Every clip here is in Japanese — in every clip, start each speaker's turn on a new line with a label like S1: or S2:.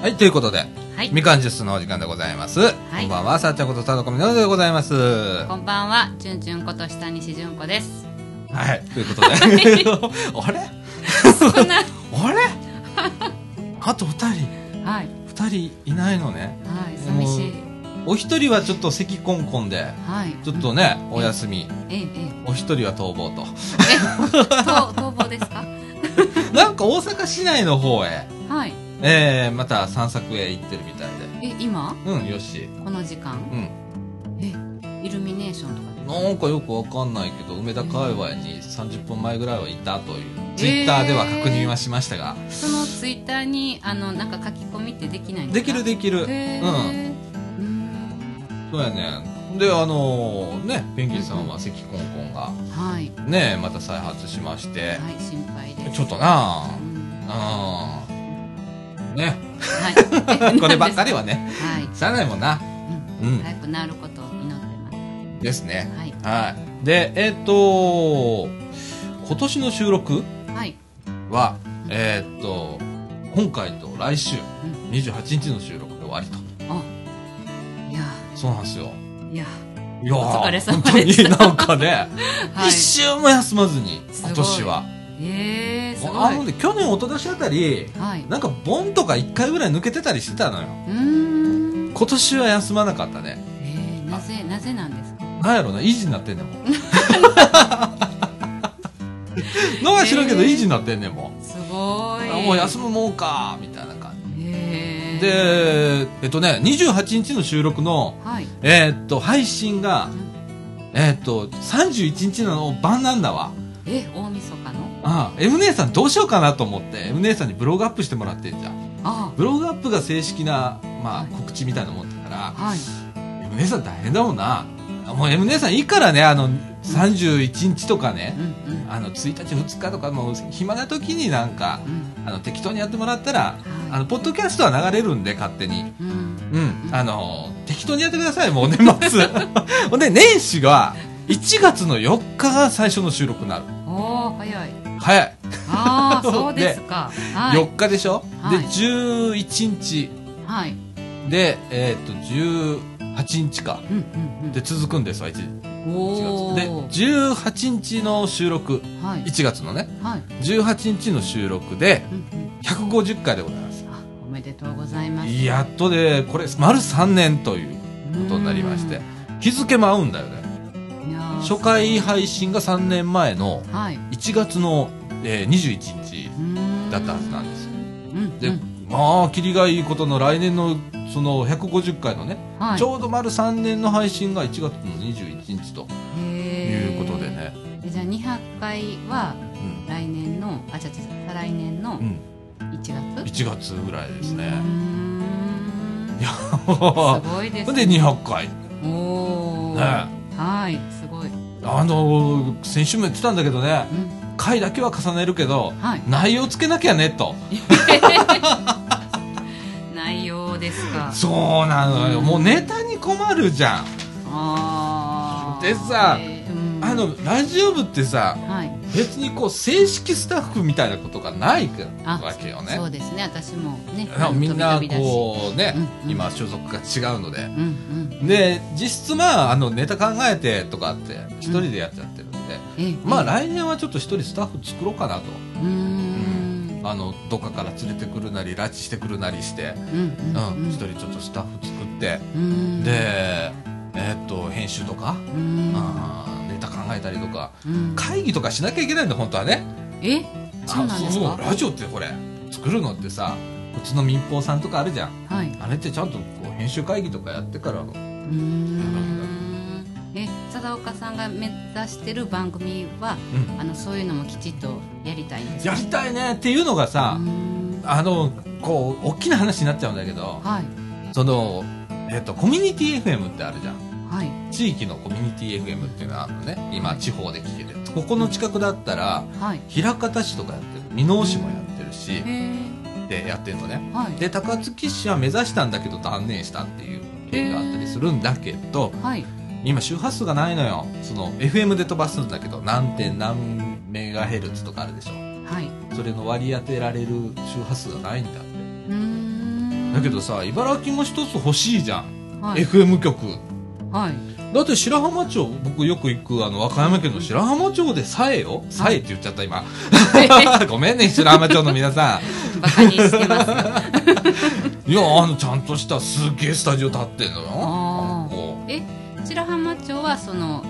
S1: はい、ということで、
S2: はい
S1: みかんジュースのお時間でございます。
S2: い
S1: こんばんは、さっちゃんことただこみのるでございます。
S2: こ
S1: は
S2: んばんは、じゅんじゅんこと下西じゅんこです。
S1: い、ということで。 あれ
S2: そんな、
S1: あれあと二人、
S2: はい、
S1: 二人いないのね。
S2: はい、寂しい。
S1: お一人はちょっと咳コンコンで、
S2: はい。
S1: ちょっとね、お休み。
S2: ええ、ええ、
S1: お一人は逃亡と。
S2: え、と逃亡ですか。
S1: なんか大阪市内の方へ、
S2: はい。
S1: えー、また散策へ行ってるみたい
S2: え、今、
S1: で。うん、よし。
S2: この時間
S1: う、ん。
S2: イルミネーションとかで。
S1: なんかよくわかんないけど、梅田界隈に30分前ぐらいはいたという、ツイッターでは確認はしましたが、
S2: そのツイッターに、あの、なんか書き込みってできないん
S1: ですき
S2: か
S1: るできる。
S2: へ
S1: うん。
S2: ーうん。
S1: そうやね。で、あのーね、ペンギンさんは咳コンコンが、
S2: はい。
S1: ね、また再発しまして、
S2: はい、心配です。
S1: ちょっとなあ
S2: うん
S1: うん。ね、
S2: はい。
S1: こればっか
S2: り。
S1: りはね、
S2: はい。
S1: しゃあないもんな。
S2: うん
S1: うん。
S2: 早くなることを祈ってま
S1: ですね。
S2: す。はい。
S1: はい。で、えっ、と今年の収録
S2: はい。
S1: は、えーっと、今回と来週
S2: ん、
S1: 28日の収録で終わりと。
S2: あ。いや。
S1: そうなんですよ。
S2: いや。
S1: いやー
S2: お疲れ様
S1: 本当
S2: でし
S1: になんかね、
S2: は い
S1: 一。週も休まずに、
S2: すごい
S1: 今年は。
S2: ええー、すごい。
S1: あのね、去年、一昨年あたり、
S2: はい。う
S1: なんか、ボンとか一回ぐらい抜けてたりしてたのよ。
S2: ーん。
S1: 今年は休まなかったね。
S2: ええー、なぜ、なぜなんですか。
S1: なんやろな、維持になってんねん もん。のが知らんけど、
S2: えー
S1: 維持になってんねんもん。
S2: すごい。
S1: あもう休むもんか、みたいな感じ。
S2: ええ
S1: で、
S2: ー。。
S1: えっとね、28日の収録の、
S2: はい。
S1: えーっと、配信が
S2: ん、
S1: えーっと、31日の晩なんだわ。
S2: え、大晦日の。
S1: ああ、M 姉さんどうしようかなと思って、M 姉さんにブログアップしてもらってんじゃん。
S2: あ
S1: ブログアップが正式な、ま
S2: は
S1: あ、
S2: い
S1: 告知みたいなもんだか
S2: あ。はい。
S1: ら、M 姉さん大変だもんな。もう M 姉さんいいからね、あの、31日とか
S2: うん
S1: ね、
S2: うん。
S1: あの、1日2日とか、もう暇な時になんか、
S2: うん。
S1: あの、適当にやってもらったら、あ
S2: は
S1: の、ポッドキャストは流れるんで、勝手に。
S2: い。うん。
S1: うん、あのー適当にやってください、もう年 末。ほんで、年始が、1月の4日が最初の収録になる。
S2: おお、早い。
S1: 早い。
S2: ああ、 そうですか。はい。
S1: 4日でしょ、
S2: はい
S1: で、11日。
S2: はい。
S1: で、えーっと、18日か。
S2: うんうん
S1: で、続くんですわ、1
S2: うん。おお。
S1: 月。で、18日の収録。
S2: はい。
S1: 1月のね。
S2: はい。
S1: 18日の収録で、
S2: うんうん。
S1: 150回でございます。
S2: あ、おめでとうございます。
S1: やっとで、これ、丸3年ということになりまして。日付も合うんだよね。
S2: うん。いやー
S1: 初回。配信が3年前の
S2: はい。う
S1: 1月の、えー21日
S2: ーん
S1: だったはずなんですよ
S2: うん。
S1: で、
S2: うん
S1: まあキリがいいことの来年のその150回のね、
S2: はい
S1: ち。ょうど丸3年の配信が1月の21日とい
S2: いう
S1: ことでね、
S2: えじゃあ200回は来年のあ違う違う再来年の
S1: うんうん、
S2: 1
S1: 1
S2: 月、
S1: 月ぐらいです
S2: うー
S1: ねい
S2: ん
S1: や
S2: す
S1: ほ
S2: ごいです
S1: んで200回
S2: おお、
S1: ね
S2: はいすごい、
S1: あのー先週も言ってたんだけどね
S2: うん、
S1: 回だけは重ねるけど
S2: はい
S1: 内容つけなきゃねと
S2: 内容ですか
S1: そうなのよもうネタに困るじゃん
S2: あー
S1: でさ
S2: えーうん
S1: あのラジオ部ってさ
S2: はい
S1: 別にこう正式スタッフみたいなことがない
S2: あ
S1: わけよね
S2: そうですね私もね
S1: なみんな
S2: う
S1: こうね
S2: うん
S1: 今所属が違うので
S2: うんうん
S1: で実質まああのネタ考えてとかって一人でやっちゃってるんで、
S2: え
S1: まあ
S2: あ
S1: 来年はちょっと一人スタッフ作ろうかなと
S2: うーん
S1: あのどっかから連れてくるなり拉致してくるなりして
S2: うんうん
S1: 一、うん
S2: うん
S1: 一人ちょっとスタッフ作って
S2: うん
S1: でえーっと編集とか、
S2: うん
S1: あーネタ考えたりとか
S2: うん
S1: 会議とかしなきゃいけないんだ本当はね
S2: えそうなんです
S1: あ
S2: か
S1: そうラジオってこれ作るのってさうちの民放さんとかあるじゃん
S2: はい。う
S1: あれってちゃんとこう編集会議とかやってからの
S2: ーん。え、佐田岡さんが目指してる番組は、
S1: うん
S2: あのそういうのもきちっとやりたいんですか。
S1: やりたいねっていうのが
S2: うー
S1: さ、
S2: ん
S1: あのこう大きな話になっちゃうんだけど
S2: はい
S1: そのえっとコミュニティ FM ってあるじゃん
S2: はい。
S1: 地域のコミュニティ FM っていうのはあるのね今地方で聞けるここの近くだったら
S2: はい。
S1: 枚方市とかやってる箕面市もやってるし
S2: へえ。
S1: でやってるのね
S2: はい。
S1: で高槻市は目指したんだけど断念したっていう経緯があったりするんだけど、
S2: はい。
S1: 今周波数がないのよその FM で飛ばすんだけど何点何メガヘルツとかあるでしょ
S2: はい。
S1: それの割り当てられる周波数がないんだって
S2: うーん。
S1: だけどさ茨城も一つ欲しいじゃん、
S2: はい
S1: FM 局
S2: はい
S1: だって白浜町僕よく行くあの和歌山県の白浜町でさえよさえって言っちゃった今 ごめんね白浜町の皆さ
S2: バカにしてますよ
S1: んいやあのちゃんとしたすげえスタジオ立ってんのよ
S2: あー
S1: こ
S2: え白浜町はその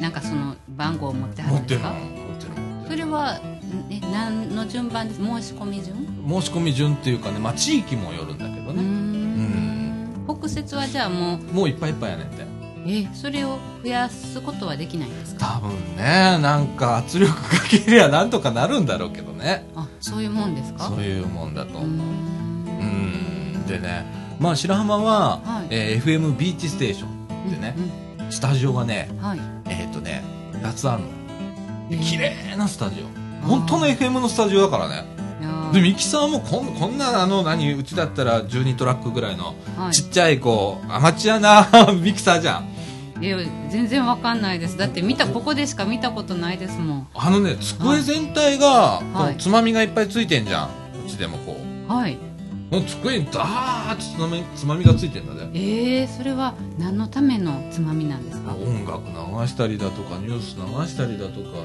S2: なんかその番号を持って
S1: う
S2: は
S1: 持
S2: る
S1: っ
S2: ん
S1: て
S2: で
S1: る
S2: すか
S1: 持ってる
S2: それはんえ何の順番です申し込み順
S1: 申し込み順っていうかね、まあ、地域もよるんだけど
S2: うー
S1: ね、
S2: ん北節はじゃあもう
S1: もういっぱいいっぱいやねんって
S2: えそれを増やすことはできないんですか
S1: 多分ねなんか圧力かけりゃなんとかなるんだろうけどね
S2: あそういうもんですか
S1: そういうもんだと
S2: うーん
S1: うんでねまあ白浜は、
S2: はい
S1: えー FM ビーチステーションでね、スタジオがね
S2: うんはい
S1: えっ、とね2つあるの
S2: えー
S1: 綺麗なスタジオ本当の FM のスタジオだからね
S2: いやー
S1: でミキサーもこんこんなあの何うちだったら12トラックぐらいの
S2: はい
S1: ちっちゃいこうアマチュアな ミキサーじゃん
S2: いや全然わかんないですだって見たここでしか見たことないですもん
S1: あのね机全体が、こう
S2: はい
S1: つまみがいっぱいついてんじゃんうちでもこ
S2: はいう
S1: もう机にダーッとつまみつまみがついてんだね
S2: えー、それは何のためのつまみなんですか
S1: 音楽流したりだとかニュース流したりだとか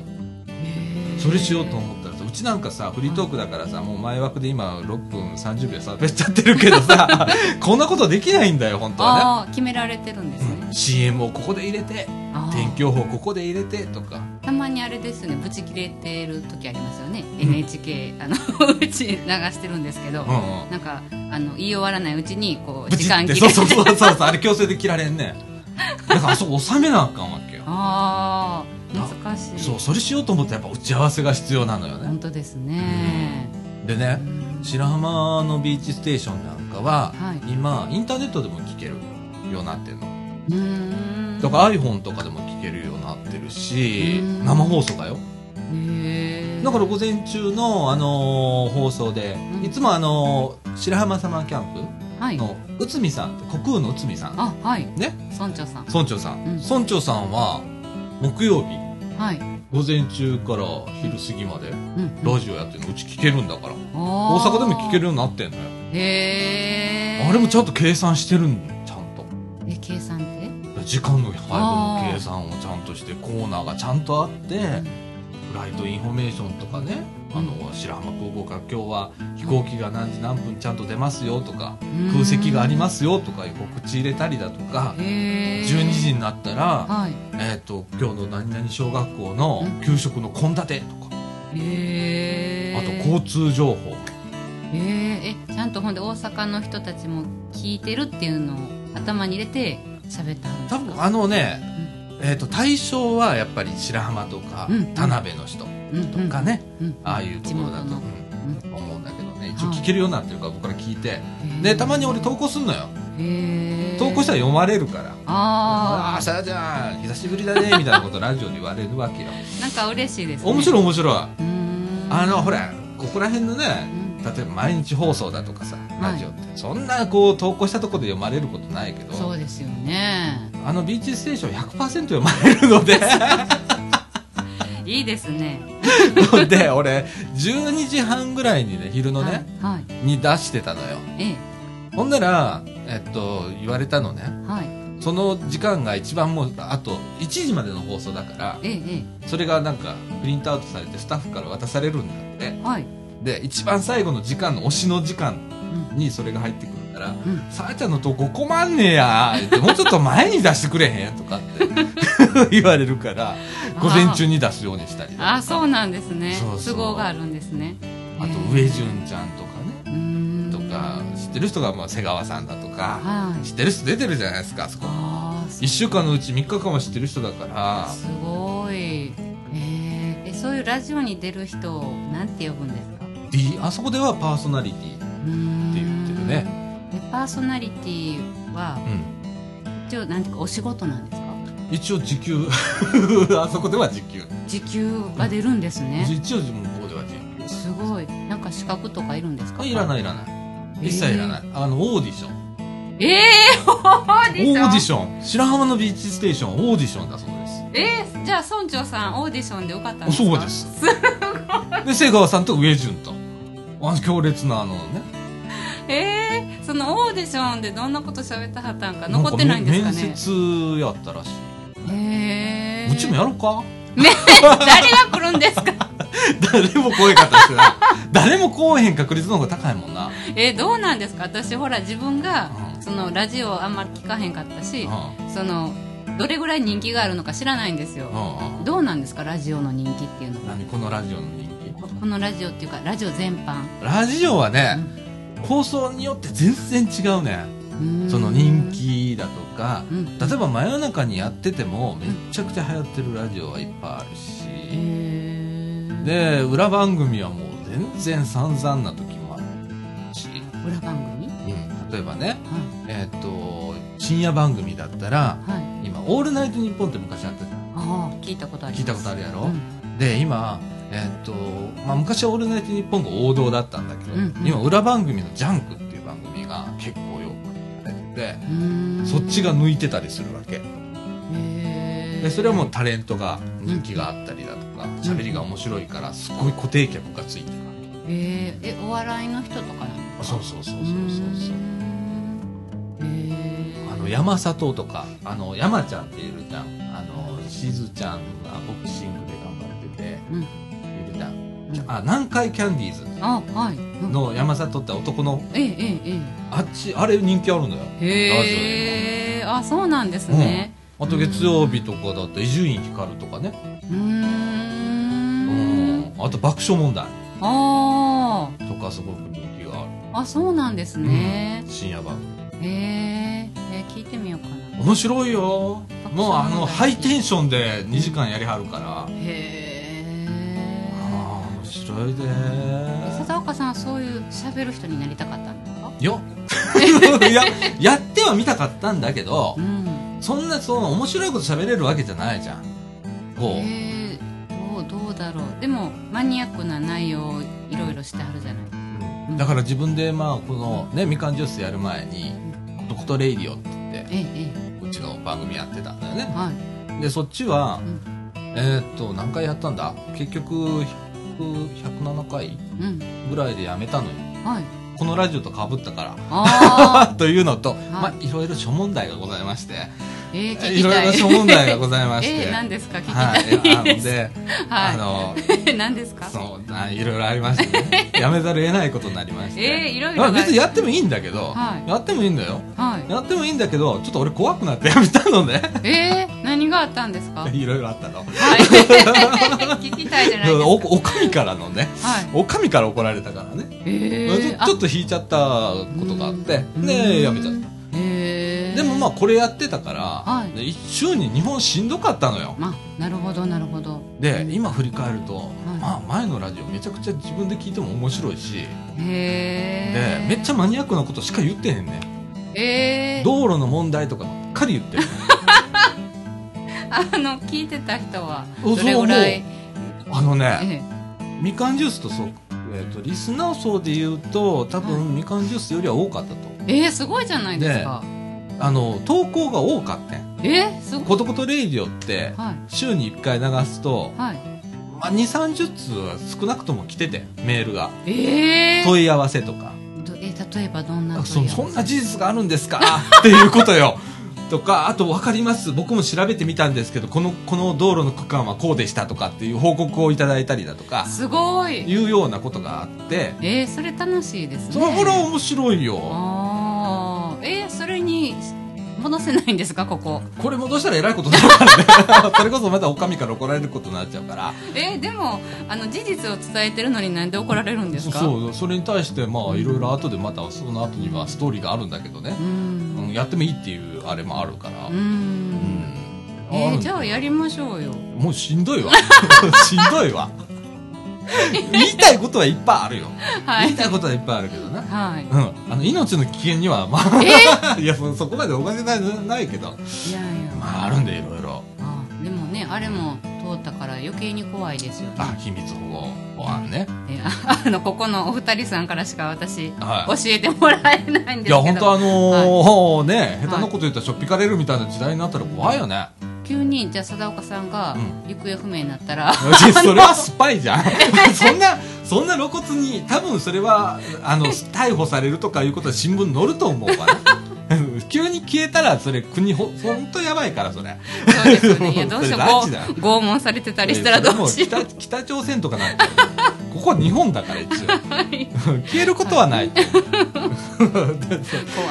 S2: えー
S1: それしようと思ったらさうちなんかさフリートークだからさもう前枠で今6分30秒喋っちゃってるけど さこんなことできないんだよ本当はね
S2: ああ決められてるんです
S1: う
S2: ね
S1: ん、CM をここで入れて
S2: あー
S1: 天気予報ここで入れてとか
S2: たまにあれですよねブチ切れてる時ありますよね NHK あの うち流してるんですけど、
S1: うんうん
S2: なんかあの言い終わらないうちにこう
S1: ブ
S2: 時
S1: チ
S2: 間
S1: って
S2: 切れ
S1: そうそうそうそうそうあれ強制で切られんねだからあそこ収めなあかんわけよ
S2: ああ難しい
S1: そうそれしようと思ったらやっぱ打ち合わせが必要なのよね
S2: 本当ですね、
S1: でね白浜のビーチステーションなんかは、
S2: はい
S1: 今インターネットでも聞けるようになってるの
S2: うーん
S1: だから iPhone とかでも聞けるようになってるし
S2: うん
S1: 生放送だよ
S2: へえ
S1: だから午前中の、あのー放送で、
S2: うん
S1: いつも、あのー白浜サマーキャン
S2: はい
S1: プの内海さんって国空の内海さん
S2: あはい
S1: ね
S2: 村長さん
S1: 村長さん、
S2: うん
S1: 村長さんは木曜日
S2: はい、
S1: 午前中から昼過ぎまで
S2: うん
S1: ラジオやってるのうち聞けるんだから大
S2: 大
S1: 阪でも聞けるようになってんのよ
S2: へえ
S1: あれもちゃんと計算してるんちゃんと
S2: え計算って
S1: 時間の配分の計算をちゃんとしてコーナーがちゃんとあってフライトインフォメーションとかねあの白浜空港から今日は飛行機が何時何分ちゃんと出ますよとか
S2: うん
S1: 空席がありますよとかいう告知入れたりだとか
S2: へえ
S1: 12時になったら、
S2: はい
S1: えっと今日の何々小学校の給食の献立とか
S2: へえ
S1: あと交通情報
S2: へええちゃんとほんで大阪の人たちも聞いてるっていうのを頭に入れて喋ったんですか
S1: 多分あのね、えー、と対象はやっぱり白浜とか
S2: うん
S1: 田辺の人
S2: うん
S1: とかね、
S2: うんうん
S1: ああいうところだと、
S2: 地元の
S1: うん思うんだけどね一応聞けるようになってるから僕ら聞いて
S2: へえ
S1: でたまに俺投稿すんのよ
S2: へえ
S1: 投稿したら読まれるから「ああ
S2: あ
S1: さやちゃん久しぶりだ ね」みたいなことラジオで言われるわけよ
S2: あなんか嬉しいですね
S1: 面白い面白いう
S2: ーん
S1: あのほらここら辺の
S2: う
S1: ね
S2: ん
S1: 例えば毎日放送だとかさラジオって、そんなこう投稿したとこで読まれることないけど
S2: そうですよね
S1: あのビーチステーション100%読まれるの で
S2: いいですね
S1: の で俺12時半ぐらいにね昼のね、
S2: はい、はい
S1: に出してたのよ
S2: え
S1: ほんならえっと言われたのね
S2: えはい
S1: その時間が一番もうあと1時までの放送だから
S2: えええ
S1: それがなんかプリントアウトされてスタッフから渡されるんだって
S2: えはい
S1: で一番最後の時間の推しの時間
S2: うん
S1: にそれが入ってくるから
S2: うん
S1: 「さあちゃんの投稿困んねや」って「もうちょっと前に出してくれへん」とかって 言われるから午前中に出すようにしたり
S2: あ
S1: あ
S2: あそうなんですね
S1: そうそう
S2: 都合があるんですね
S1: と上潤ちゃんとかね
S2: うーん
S1: とか知ってる人がまあ瀬川さんだとか
S2: はい
S1: 知ってる人出てるじゃないですかあそこ
S2: ああ
S1: 1週間のうち3日間は知ってる人だから
S2: すごいえー、えそういうラジオに出る人をなんて呼ぶんですか
S1: D あそこではパーソナリティって
S2: て
S1: 言ってるね
S2: でパーソナリティは
S1: うん
S2: 一応なんていうかお仕事なんですか
S1: 一応時 給あそこでは時給
S2: 時給が出るんですね
S1: 一応向こうでは時
S2: すごいなんか資格とかいるんですか
S1: 給いらないいいらない一切いらないあのオーディション
S2: ええー、オーディシ
S1: オ
S2: ョン
S1: ーディション白浜のビーチステーションオーディションだそうです
S2: えー、じゃあ村長さんオーディションで受かったん
S1: あ
S2: ですか
S1: そうですで瀬川さんと上潤とあの強烈なあのね
S2: えー、そのオーディションでどんなこと喋ったはったんか残ってないんですか
S1: なん
S2: ね
S1: 面接やったらしい、
S2: へえ
S1: うちもやろうか
S2: 誰が来るんですか
S1: 誰も来えかったしな誰も来おへん確率の方が高いもんな、
S2: えーどうなんですか私ほら自分が
S1: うん
S2: そのラジオあんまり聞かへんかった
S1: うん
S2: し
S1: うん
S2: そのどれぐらい人気があるのか知らないんですよ
S1: うん
S2: どうなんですかラジオの人気っていうのは
S1: 何このラジオの人気
S2: このラジオっていうかラジオ全般
S1: ラジオはね、放送によって全然違うね
S2: うん
S1: その人気だとか
S2: うん
S1: 例えば真夜中にやっててもめっちゃくちゃ流行ってるラジオはいっぱいあるし、
S2: へー
S1: で裏番組はもう全然散々な時もあるし、
S2: 裏番組
S1: うん、例えばね
S2: は
S1: えっ、と深夜番組だったら
S2: いはい
S1: 今「オールナイトニッポン」って昔あったじゃん
S2: ああ聞いたことあり
S1: 聞
S2: ます
S1: いたことあるやろ
S2: うん
S1: で今えっ、と、まあ、昔は「オールナイトニッポン」が王道だったんだけど、
S2: うんうん
S1: 今裏番組の「ジャンク」っていう番組が結構よくやってて
S2: うーん
S1: そっちが抜いてたりするわけ
S2: へー
S1: でそれはもうタレントが人気があったりだとか喋りが面白いからすごい固定客がついてるわけ
S2: えーえお笑いの人とかなの
S1: あそうそうそうそう
S2: う
S1: そう
S2: ー
S1: そうん
S2: へー
S1: あの山里とかあの山ちゃんっているじゃんあのしずちゃんがボクシングで頑張ってて
S2: うん
S1: いるじゃん
S2: うん
S1: あ南海キャンディーズ
S2: あはいうん
S1: の山里って男の
S2: えええ
S1: あっちあれ人気あるのよ
S2: ええへえあそうなんですね
S1: あと月曜日とかだと伊集院光とかね
S2: うーん
S1: うんあと爆笑問題
S2: あー
S1: とかすごく人気がある
S2: あそうなんですね
S1: 深夜番組
S2: へーえ聞いてみようかな
S1: 面白いよもうあの
S2: そうなんだ
S1: ハイテンションで2時間やりはるから、
S2: へえ
S1: ああ面白いで
S2: 佐々岡さんはそういう喋る人になりたかったんですか
S1: よいややっては見たかったんだけど
S2: うん
S1: そんなその面白いこと喋れるわけじゃないじゃんこう
S2: えー、どうどうだろうでもマニアックな内容をいろいろしてあるじゃない
S1: うんだから自分でまあこのねみかんジュースやる前に「ドクトレイディオ」って言って
S2: ええ
S1: うちの番組やってたんだよ
S2: え
S1: ね
S2: はい
S1: でそっちは
S2: うん
S1: えーっと何回やったんだ結局100 107回
S2: うん
S1: ぐらいでやめたのよ
S2: はい
S1: このラジオとかぶったから
S2: ああ
S1: というのと、まあ、いろいろ諸問題がございまして、
S2: えー、聞きたい
S1: い、ろいろ諸問題がございまして、
S2: えー、何ですか聞きた
S1: はい、あの
S2: い
S1: で、
S2: です
S1: あ
S2: は
S1: の、
S2: い 何ですか
S1: そう、あいろいろありまして、 ね、やめざるを得ないことになりまして、
S2: えー、いろいろ
S1: まあ、別にや
S2: っ
S1: ってもいいんだけど、
S2: はい
S1: やってもいいんだよ。
S2: は
S1: やってもいいんだけど、ちょっと俺怖くなってやめたのね。
S2: いえー、何があったんですかは い
S1: いろいろあった の。
S2: 聞きたいじゃない
S1: お、
S2: で
S1: おかみからのね、
S2: すかはい
S1: おかみから怒られたからね。
S2: え
S1: ち
S2: ー、
S1: ょちょっと引いちゃったことがあって、ねやめちゃった。
S2: たへえー、
S1: でもまあこれやってたから、
S2: はい
S1: で一週に日本しんどかったのよ
S2: まあなるほどなるほど
S1: で今振り返ると、
S2: い
S1: まあ前のラジオめちゃくちゃ自分で聞いても面白いし、
S2: へえ
S1: でめっちゃマニアックなことしか言ってへんね
S2: えー、
S1: 道路の問題とかばっかり言 ってる
S2: あの聞いてた人は
S1: お
S2: どれぐらい
S1: あのね
S2: え
S1: みかんジュースとそう、えー、とリスナー層で言うと多
S2: は
S1: 分みかんジュースよりは多かったと
S2: ええー、すごいじゃないですか
S1: あの投稿が多かったん
S2: えー、すご
S1: こ
S2: い
S1: とことレイディオって
S2: はい
S1: 週に1回流すと、
S2: はい
S1: まあ、2 3 0通は少なくとも来ててメールが
S2: えー、
S1: 問い合わせとか
S2: どえー、例えばどんな
S1: そ
S2: 問い合わせ
S1: そんな事実があるんですか っていうことよとかあと分かります僕も調べてみたんですけどこのこの道路の区間はこうでしたとかっていう報告をいただいたりだとか
S2: すごい
S1: いうようなことがあって
S2: えー、それ楽しいですね
S1: それは面白いよ
S2: あーえー、それに戻せないんですかここ
S1: これ戻したらえらいことになるからね それこそまたおかみから怒られることになっちゃうから
S2: えー、でもあの事実を伝えてるのになんで怒られるんですかう
S1: そうそれに対してまあいろいろ後でまたその後にはストーリーがあるんだけどね
S2: う、ん
S1: うん、やってもいいっていうあれもあるから、
S2: う
S1: うん
S2: んえー、じゃあやりましょうよ
S1: もうしんどいわ。しんどいわ。言いたいことはいっぱいあるよ。
S2: は
S1: 言い
S2: い
S1: たいことはいっぱいあるけどな。
S2: はい
S1: うん。あの、命の危険には、まあ、
S2: え
S1: いや、そそこまでお金ないないけど。
S2: ー、いやいや
S1: まあ、あるんで、いろいろ。
S2: あでもねあれも通ったから余計に怖いですよね
S1: あ、秘密保護法案ね。
S2: えああのここのお二人さんからしか私教
S1: はい。
S2: えてもらえないんですけど
S1: いや、本当あのーね、
S2: い
S1: 下手なこと言ったらしょっぴかれるみたいな時代になったら怖いよね。
S2: う急にじゃあ貞岡さんが
S1: う
S2: 行方不明になったら、
S1: それはスパイじゃんそんなそんな露骨に多分それはあの逮捕されるとかいうことは新聞載ると思うから 急に消えたらそれ国ほほんとやばいからそれ
S2: そうで すよねいやどうしよう
S1: それランチだ
S2: 拷拷問されてたりしたらどうしよう
S1: それも北北朝鮮とかなんてここは日本だから一応 消えることはないと 思う
S2: 怖い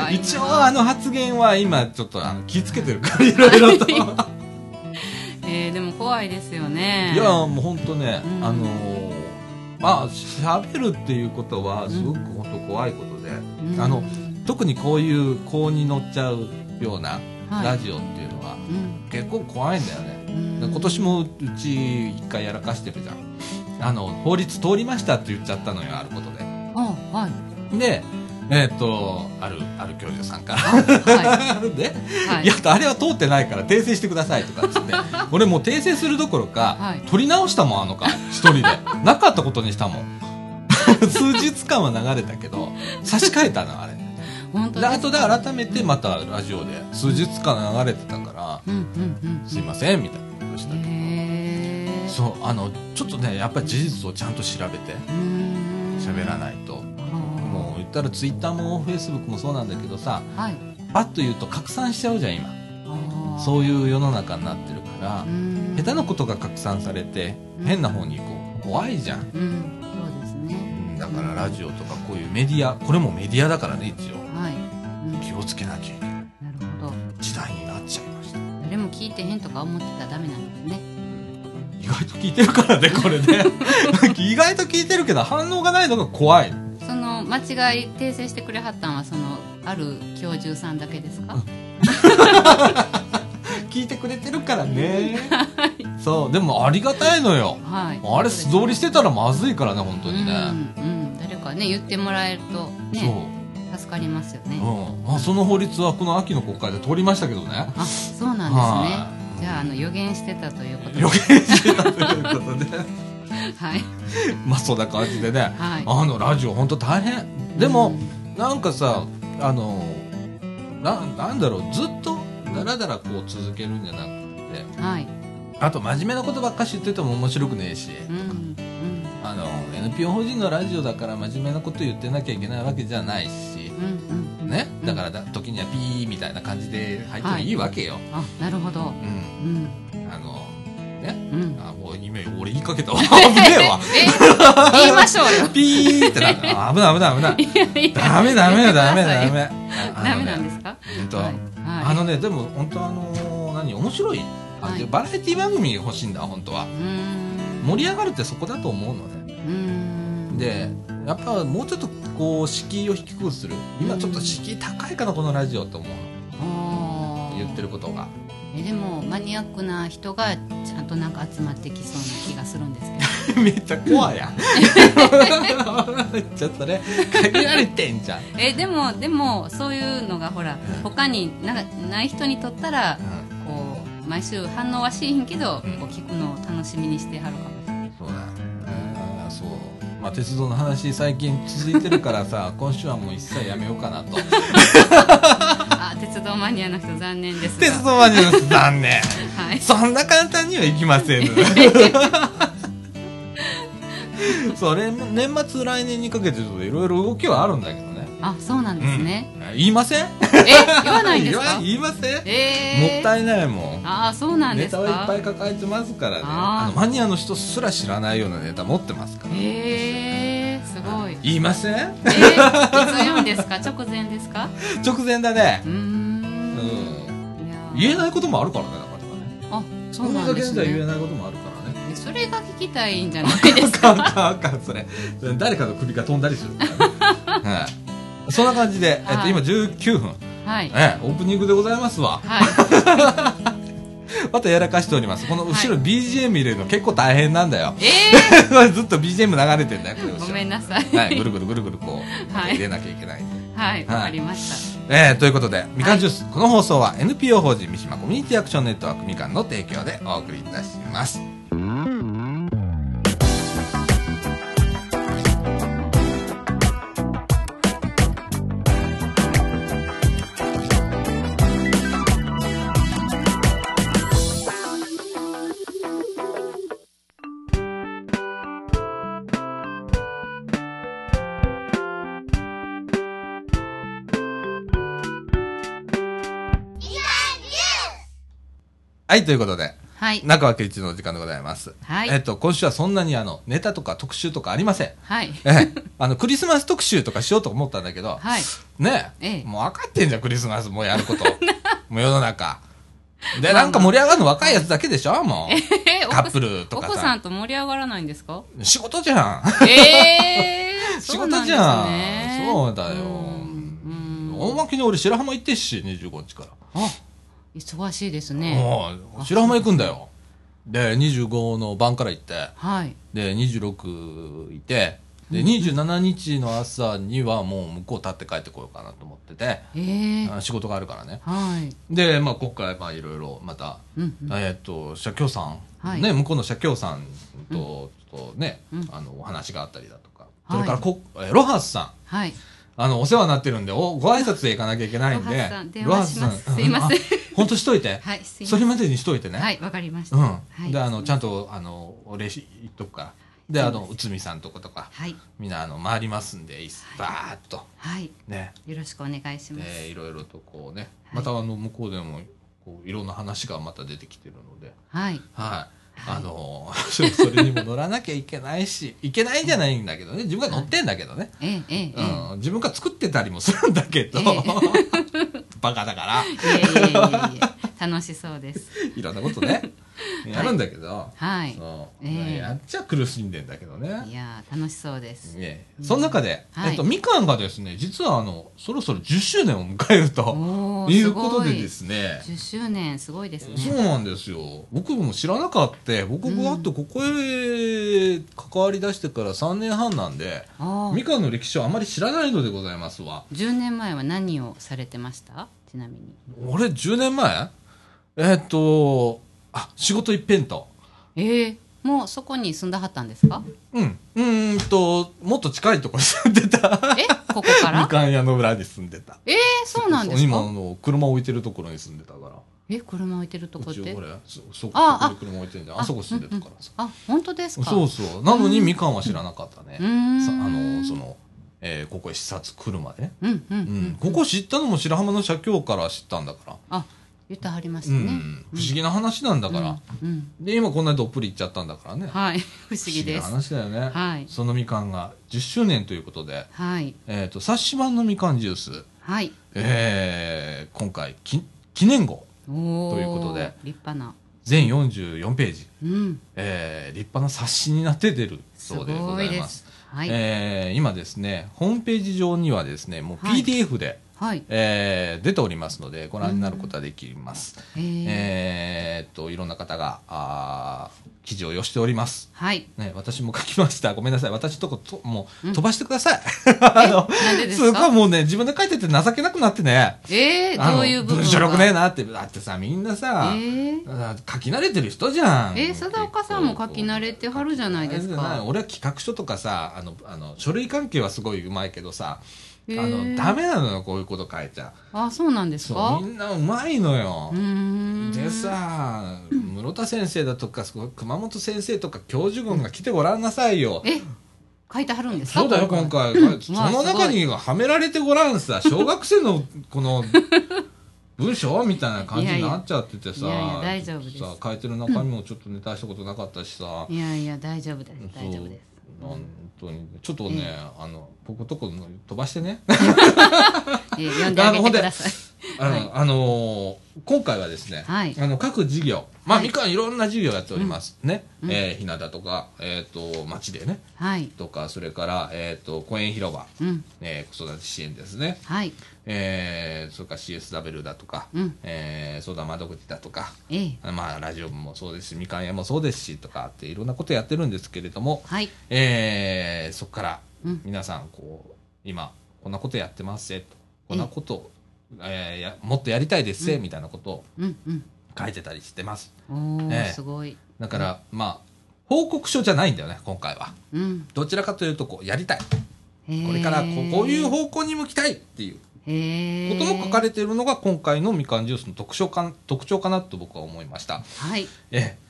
S2: な
S1: 一応あの発言は今ちょっとあの気ぃつけてるからいろいろといや
S2: えー、でも怖いですよね
S1: もう本当ね、
S2: うん
S1: あのーまあ喋るっていうことはすごく本当怖いことで、
S2: うん
S1: あの特にこういう高に乗っちゃうような
S2: はい
S1: ラジオっていうのは
S2: うん
S1: 結構怖いんだよね、
S2: うん
S1: 今年もうち一回やらかしてるじゃんあの法律通りましたって言っちゃったのよあることで
S2: あはい
S1: でえっ、とあるある教授さんから
S2: は
S1: で
S2: いはい
S1: いや、あれは通ってないから訂正してくださいとかっつって 俺もう訂正するどころか、
S2: はい
S1: 取り直したもんあのか一人でなかったことにしたもん 数日間は流れたけど差し替えたのあれ
S2: 本当
S1: で
S2: で
S1: あ
S2: す
S1: とで改めてまたラジオで数日間流れてたから
S2: うんうん
S1: すいませんみたいなことし
S2: う
S1: た
S2: ん
S1: けど
S2: へえ
S1: そうあのちょっとねやっぱり事実をちゃんと調べて喋らないと
S2: も
S1: もう言ったらツイッターもフェイスブックもそうなんだけどさ
S2: うはい
S1: パッと言うと拡散しちゃうじゃん今
S2: あー
S1: そういう世の中になってるから、
S2: うん
S1: 下手なことが拡散されて
S2: うん
S1: 変な方に行こう怖いじゃん
S2: うんそうですね
S1: だからラジオとかこういうメディアこれもメディアだからね一応
S2: はいうん
S1: 気をつけなきゃいけない
S2: なるほど
S1: 時代になっちゃいました
S2: 誰も聞いてへんとか思ってたらダメなんですね
S1: 意外と聞いてるからねこれ ね意外と聞いてるけど反応がないのが怖い
S2: その間違い訂正してくれはったんはそのある教授さんだけですか、
S1: 聞いてくれてるからねそうでもありがたいのよ
S2: はい
S1: あれ素通りしてたらまずいからね本当にね、
S2: うん、うん、誰かね言ってもらえるとね助かりますよね、
S1: そう、うんまあ、その法律はこの秋の国会で通りましたけどね
S2: あそうなん
S1: は
S2: ですねじゃああの予言してたということで
S1: 予言してたということで
S2: はい
S1: まあそんな感じでね、
S2: はい
S1: あのラジオ本当大変でも、なんかさあのななんだろうずっとだらだらこう続けるんじゃなくて
S2: はい
S1: あと真面目なことばっかし言ってても面白くねえし、
S2: うんうん
S1: あの NPO 法人のラジオだから真面目なこと言ってなきゃいけないわけじゃないし
S2: う、んうんうん
S1: ね、だからだ時にはピーみたいな感じで入ってもいいわけよ、
S2: あなるほどうん
S1: うんあのね
S2: うん
S1: あもう今俺言いかけたわ 危ねえわ
S2: え言いましょう よ
S1: ピーってなるあ危ない危ない危ない
S2: いやいや
S1: ダメダメダメダ
S2: 言って
S1: メ。あ
S2: ダメ
S1: あ
S2: な
S1: の
S2: ん
S1: ね
S2: ですか
S1: うんと
S2: はい
S1: あ
S2: は
S1: のね、でも本当あのー、何、面白い。あ
S2: はい。
S1: バラエティ番組欲しいんだ、本当はい
S2: うーん
S1: 盛り上がるってそこだと思うのね。
S2: うーん
S1: で、やっぱもうちょっとこう、敷居を低くする。今ちょっと敷居高いかな、このラジオって思うの。
S2: あー
S1: 言ってることが。
S2: えでもマニアックな人がちゃんとなんか集まってきそうな気がするんですけど
S1: めっちゃ怖いやん。ちょっとね、限られてんじゃん。 うん
S2: えでもでもそういうのがほら
S1: うん
S2: 他になない人にとったらこう毎週反応はしいんけど、
S1: うん
S2: こう聞くのを楽しみにしてはるかもし れない
S1: そうだ。あーそう。まあ、鉄道の話最近続いてるからさ、今週はもう一切やめようかなと。
S2: あ鉄道マニアの人残念ですが
S1: 鉄道マニアです残念
S2: はい
S1: そんな簡単にはいきま せんそうれ年末来年にかけてちょっといろいろ動きはあるんだけどね
S2: あそうなんですね、
S1: 言いません
S2: え言わないんですか
S1: 言いません、
S2: えー、
S1: もったいないもん
S2: ああそうなんで
S1: ネ
S2: す
S1: タ
S2: か
S1: はいっぱい抱えてますからね
S2: あー
S1: あのマニアの人すら知らないようなネタ持ってますから、
S2: えー、すごい
S1: 言いません
S2: えー、いつ言うんですか直前ですか
S1: 直前だね
S2: うー
S1: うんん
S2: いやー
S1: 言えないこともあるからねなかなかね
S2: あそうなんです
S1: この現在言え
S2: ね
S1: ないこともあるからね
S2: えそれが聞きたいんじゃないですか
S1: か んかんかんそれそれ誰かの首が飛んだりす るからね、はい、そんな感じで、えっ
S2: は
S1: と、
S2: い
S1: 今19分、
S2: はい
S1: ええオープニングでございますわ
S2: はい
S1: またやらかしておりますこの後ろ BGM 入れるの結構大変なんだ よ
S2: え
S1: ずっと BGM 流れてんだよこれ
S2: ー、
S1: 後
S2: ご
S1: ろ
S2: めんなさい
S1: はい、ぐるぐるぐるぐるこう、
S2: はい
S1: 入れなきゃいけないんで、
S2: はいわかりました
S1: ええということでみかんジュース、この放送は NPO 法人三島コミュニティアクションネットワークみかんの提供でお送りいたしますはい、ということで、
S2: はい。
S1: 中脇一のお時間でございます。
S2: はい
S1: えっと、今週はそんなにあの、ネタとか特集とかありません。
S2: はい。
S1: ええ、あの、クリスマス特集とかしようと思ったんだけど、
S2: はい。
S1: ねえ、
S2: ええ
S1: もう分かってんじゃん、クリスマスもうやる こと。もう世の中。で、なんか盛り上がるの若いやつだけでしょもう。
S2: えお子
S1: カップルと
S2: お
S1: か
S2: 子さ
S1: さ。
S2: んと盛り上がらないんですか
S1: 仕事じゃん。
S2: え え
S1: 仕事じゃん
S2: そうなんですね
S1: そうだよ
S2: うんう
S1: 大
S2: ん
S1: まけに俺白浜行ってっし、25日から。
S2: あ忙しいですね。
S1: もう、白浜行くんだよ。で、25の晩から行って、
S2: はい。
S1: で、26いて、で、27日の朝にはもう向こう立って帰ってこようかなと思ってて、
S2: ええ
S1: あ仕事があるからね。
S2: はい。
S1: で、まあ、ここから、まあ、いろいろ、また、
S2: うんうん。
S1: えっと、社協さん、
S2: はい
S1: ね、向こうの社協さんと、ちょっとね、
S2: うん
S1: あの、お話があったりだとか、
S2: はい
S1: それからこ、えロハスさん、
S2: はい。
S1: あの、お世話になってるんで、おご挨拶へ行かなきゃいけないん
S2: ロハ
S1: で
S2: スさん、電話しますすいません
S1: 本当しといて、
S2: はい。すい
S1: そ
S2: ま
S1: れまでにしといてね。
S2: せん。はい。わかりまし
S1: う
S2: た。
S1: ん。
S2: はい。
S1: で、あの、ちゃん
S2: と。
S1: と、あの、お礼し言っとくから。で、あの、内海さんとことか、
S2: はい。
S1: みんな、あの、回りますんで、いっすば
S2: は
S1: ーっと、
S2: はい。
S1: ね。
S2: よろしくお願いします。
S1: で、いろいろとこうね、
S2: はい
S1: また、あの、向こうでも、こう、いろんな話がまた出てきてるので、
S2: はい。
S1: はい。あの それにも乗らなきゃいけないし、いけないんじゃないんだけどね。自分が乗ってんだけどね。
S2: ええええええ
S1: うん、自分が作ってたりもするんだけど、
S2: え
S1: バカだから、
S2: いえいえいえいえ楽しそうです。
S1: いろんなことね、やるんだけど、
S2: はい。
S1: そう、
S2: ええ
S1: やっちゃ苦しんでんだけど
S2: い
S1: ね。
S2: やー楽しそうです。
S1: ねその中で、
S2: はい
S1: えっと、みかんがですね、実はあの、そろそろ10周年を迎えると、
S2: おお
S1: い
S2: す
S1: うこと
S2: ご
S1: でで
S2: い。
S1: すね、
S2: 10周年すごいです
S1: そう
S2: ね。
S1: なんですよ。僕も知らなかった。僕があってここへ関わり出してから3年半なんで、
S2: ああ
S1: みかんの歴史をあまり知らないのでございますわ。
S2: 10年前は何をされてましたちなみに。
S1: 俺10年前えっと、あ、仕事一辺倒。
S2: ええもうそこに住んだはったんですか
S1: うん。うーんと、もっと近いところに住んでた。
S2: えここ
S1: み
S2: から
S1: かん屋の裏に住んでた。
S2: ええそうなんです
S1: 今あ
S2: か
S1: の車置いてるところに住んでたから
S2: え車置いてるとこ
S1: う
S2: っ
S1: ち
S2: て
S1: ほらそそこ
S2: あ
S1: そ
S2: あ
S1: こに車置いてるんであそこ住んでたからさ、
S2: あ本当ですか
S1: そううそうなのにみかんは知らなかったね、
S2: ーん
S1: さあのその、えーここへ視察来るまで、
S2: うんうんう
S1: うん
S2: ん
S1: ここ知ったのも白浜の社協から知ったんだから、
S2: あ言ってはりまし
S1: う
S2: たね
S1: ん、不思議な話なんだから、
S2: うん
S1: で今こんなにどっぷりいっちゃったんだからね、
S2: うんはい 不思議
S1: 不思議
S2: です
S1: な話だよね、
S2: はい
S1: そのみかんが10周年ということで、
S2: はい
S1: えー、と冊子版のみかんジュース、
S2: はい
S1: えー今回き記念号
S2: おお
S1: ということで
S2: 立派な
S1: 全44ページ、
S2: うん
S1: えー立派な冊子になって出るそうでございます
S2: すごいですはい、
S1: えー今ですねホームページ上にはですねもう
S2: はい
S1: PDF で、
S2: はい
S1: えー出ておりますのでご覧になることはできます、
S2: えー
S1: えーっといろんな方があー記事を寄しております
S2: はい
S1: ね、私も書きました。ごめんなさい。私のとこと、もう、
S2: うん
S1: 飛ばしてください。 あの、
S2: なんでです
S1: す
S2: か
S1: ごいもうね、自分で書いてて情けなくなってね。
S2: えー、
S1: あの
S2: どういう部分が
S1: 文章力ねえなって。だってさ、みんな
S2: え
S1: さ、
S2: ー、
S1: あ書き慣れてる人じゃん。
S2: えー貞岡さんも書き慣れてはるじゃないですか
S1: 書き慣れてない俺は企画書とかさ、あの、あの書類関係はすごいうまいけどさ、あ
S2: え
S1: の、
S2: ー
S1: ダメなのよ、こういうこと書いちゃう。
S2: あそうなんです
S1: そ
S2: か
S1: う、みんなうまいのよ。
S2: うーん
S1: でさ、室田先生だとか、すごい熊本先生とか教授軍が来てごらんなさいよ。
S2: え書いてはるんですか
S1: そうだよ、
S2: これ
S1: 今回。 そ
S2: わあ
S1: の中にはめられてごらん さ、小学生のこの文章みたいな感じになっちゃっててさ、
S2: いやいやいや大丈夫です
S1: さ書いてる中身もちょっとね、大したことなかったしさ、
S2: いやいや大丈夫です
S1: そう
S2: 大丈夫です
S1: 本当に、ちょっとね、あの、こことこの飛ばして ね。
S2: えー読んであげてください
S1: あ
S2: は
S1: の
S2: い、
S1: あのー今回はですね、
S2: はい
S1: あの各事業、まあ、
S2: はい
S1: みかんいろんな事業やっております。ね、
S2: うん
S1: えー、ひなたとか、えっ、と、町でね、
S2: はい
S1: とか、それから、えっ、と、公園広場、
S2: うん
S1: えー子育て支援ですね。
S2: はい
S1: えー、それから CSW だとか、
S2: うん
S1: えー相談窓口だとか、
S2: えー、
S1: まあ、ラジオもそうですし、みかん屋もそうですし、とかっていろんなことやってるんですけれども、
S2: はい
S1: えーそこから
S2: うん
S1: 皆さんこう、今こんなことやってますぜとこんなこと、えーやもっとやりたいですぜ、みたいなことを
S2: うんうん
S1: 書いてたりしてます
S2: おー、
S1: ええ
S2: すごい
S1: だから、まあ報告書じゃないんだよね今回は
S2: うん
S1: どちらかというとこうやりたい
S2: えー
S1: これからこうこういう方向に向きたいっていう
S2: へ
S1: ことも書かれているのが今回のみかんジュースの特徴か特徴かなと僕は思いました
S2: はい
S1: ええ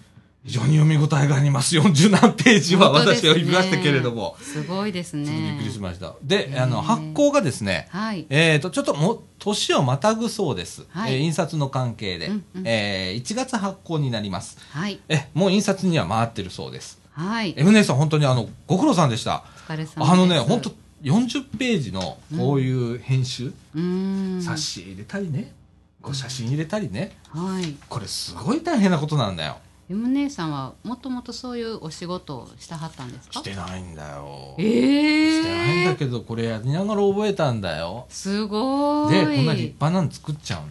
S1: 非常に読み応えがあります40何ページは
S2: 本当で
S1: 私
S2: す
S1: は
S2: ね
S1: 読みましたけれども、
S2: すごいです
S1: ちょっとびっ
S2: ね
S1: くりしましたで、
S2: ね
S1: あの発行がですね
S2: はい
S1: えー、とちょっともう年をまたぐそうです、
S2: はい
S1: えー印刷の関係で、
S2: うんうん
S1: えー1月発行になります
S2: はい
S1: えもう印刷には回ってるそうです
S2: はい
S1: エムネさん本当にあのご苦労さんでした
S2: お疲れ様です
S1: あのね本当40ページのこういう編集、
S2: うーん
S1: 冊子入れたりねこう写真入れたりね
S2: はい
S1: これすごい大変なことなんだよ
S2: M 姉さんはもともとそういうお仕事をしたはったんですか
S1: してないんだよ、
S2: ええ
S1: してないんだけどこれやりながら覚えたんだよ
S2: すご
S1: でこ
S2: ーい
S1: んな立派なの作っちゃうの、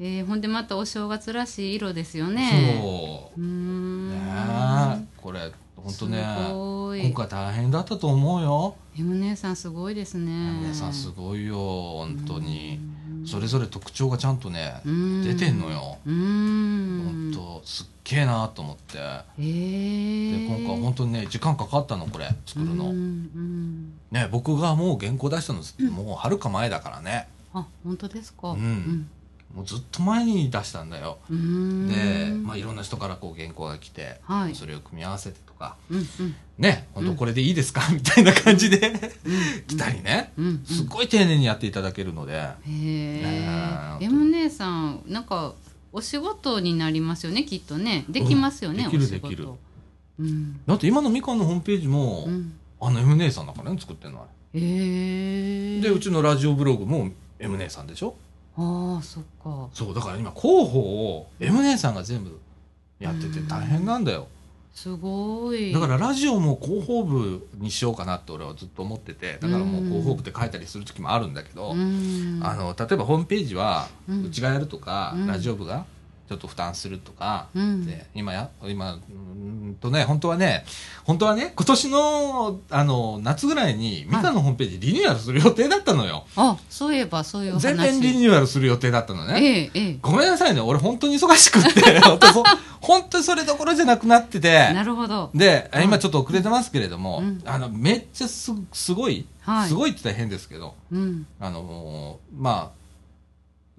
S2: えー、ほんでまたお正月らしい色ですよね
S1: そう
S2: うーん
S1: ねえこれ本当ね
S2: すごい
S1: 今回大変だったと思うよ
S2: M 姉さんすごいですね
S1: 皆さんすごいよ本当にそれぞれ特徴がちゃんとね
S2: うーん
S1: 出てんのよ
S2: うーん
S1: 本当すっげえなと思って
S2: え
S1: で
S2: ー、
S1: 今回本当にね時間かかったのこれ作る
S2: う
S1: の
S2: んうん
S1: ね僕がもう原稿出したのもうはるか前だからね
S2: あ本当ですか
S1: うんもうずっと前に出したんだよ
S2: うんうーん
S1: でまあいろんな人からこう原稿が来て
S2: はい
S1: それを組み合わせてとか
S2: うんうん
S1: ね本当これでいいですか みたいな感じで来たりね
S2: うんうん
S1: すごい丁寧にやっていただけるので、
S2: へ
S1: ねえ
S2: え。M 姉さんなんかお仕事になりますよねきっとねできますよね、
S1: うんできる
S2: お仕事
S1: できる
S2: うん、
S1: だって今のみかんのホームページも、
S2: うん、
S1: あの M 姉さんだからね作ってんのは
S2: へえ
S1: でうちのラジオブログも M 姉さんでしょ
S2: ああそっか
S1: そうだから今広報を M 姉さんが全部やってて大変なんだよ、
S2: すごい
S1: だからラジオも広報部にしようかなって俺はずっと思っててだからもう広報部って書いたりする時もあるんだけど、
S2: うん
S1: あの例えばホームページは
S2: うん
S1: うちがやるとか、
S2: うん
S1: ラジオ部がちょっと負担するとか、
S2: うん
S1: で今や今うーんとね本当はね本当はね今年のあの夏ぐらいにミカのホームページリニューアルする予定だったのよ、
S2: あそういえばそういう話
S1: 全面リニューアルする予定だったのね、
S2: えええ
S1: ごめんなさいね俺本当に忙しくって 本当そ本当にそれどころじゃなくなって
S2: えな
S1: て
S2: るほど
S1: で今ちょっと遅れてますけれども、
S2: うん
S1: あのめっちゃすすごい、
S2: はい
S1: すごいって言ったら変ですけど
S2: うん
S1: あのーま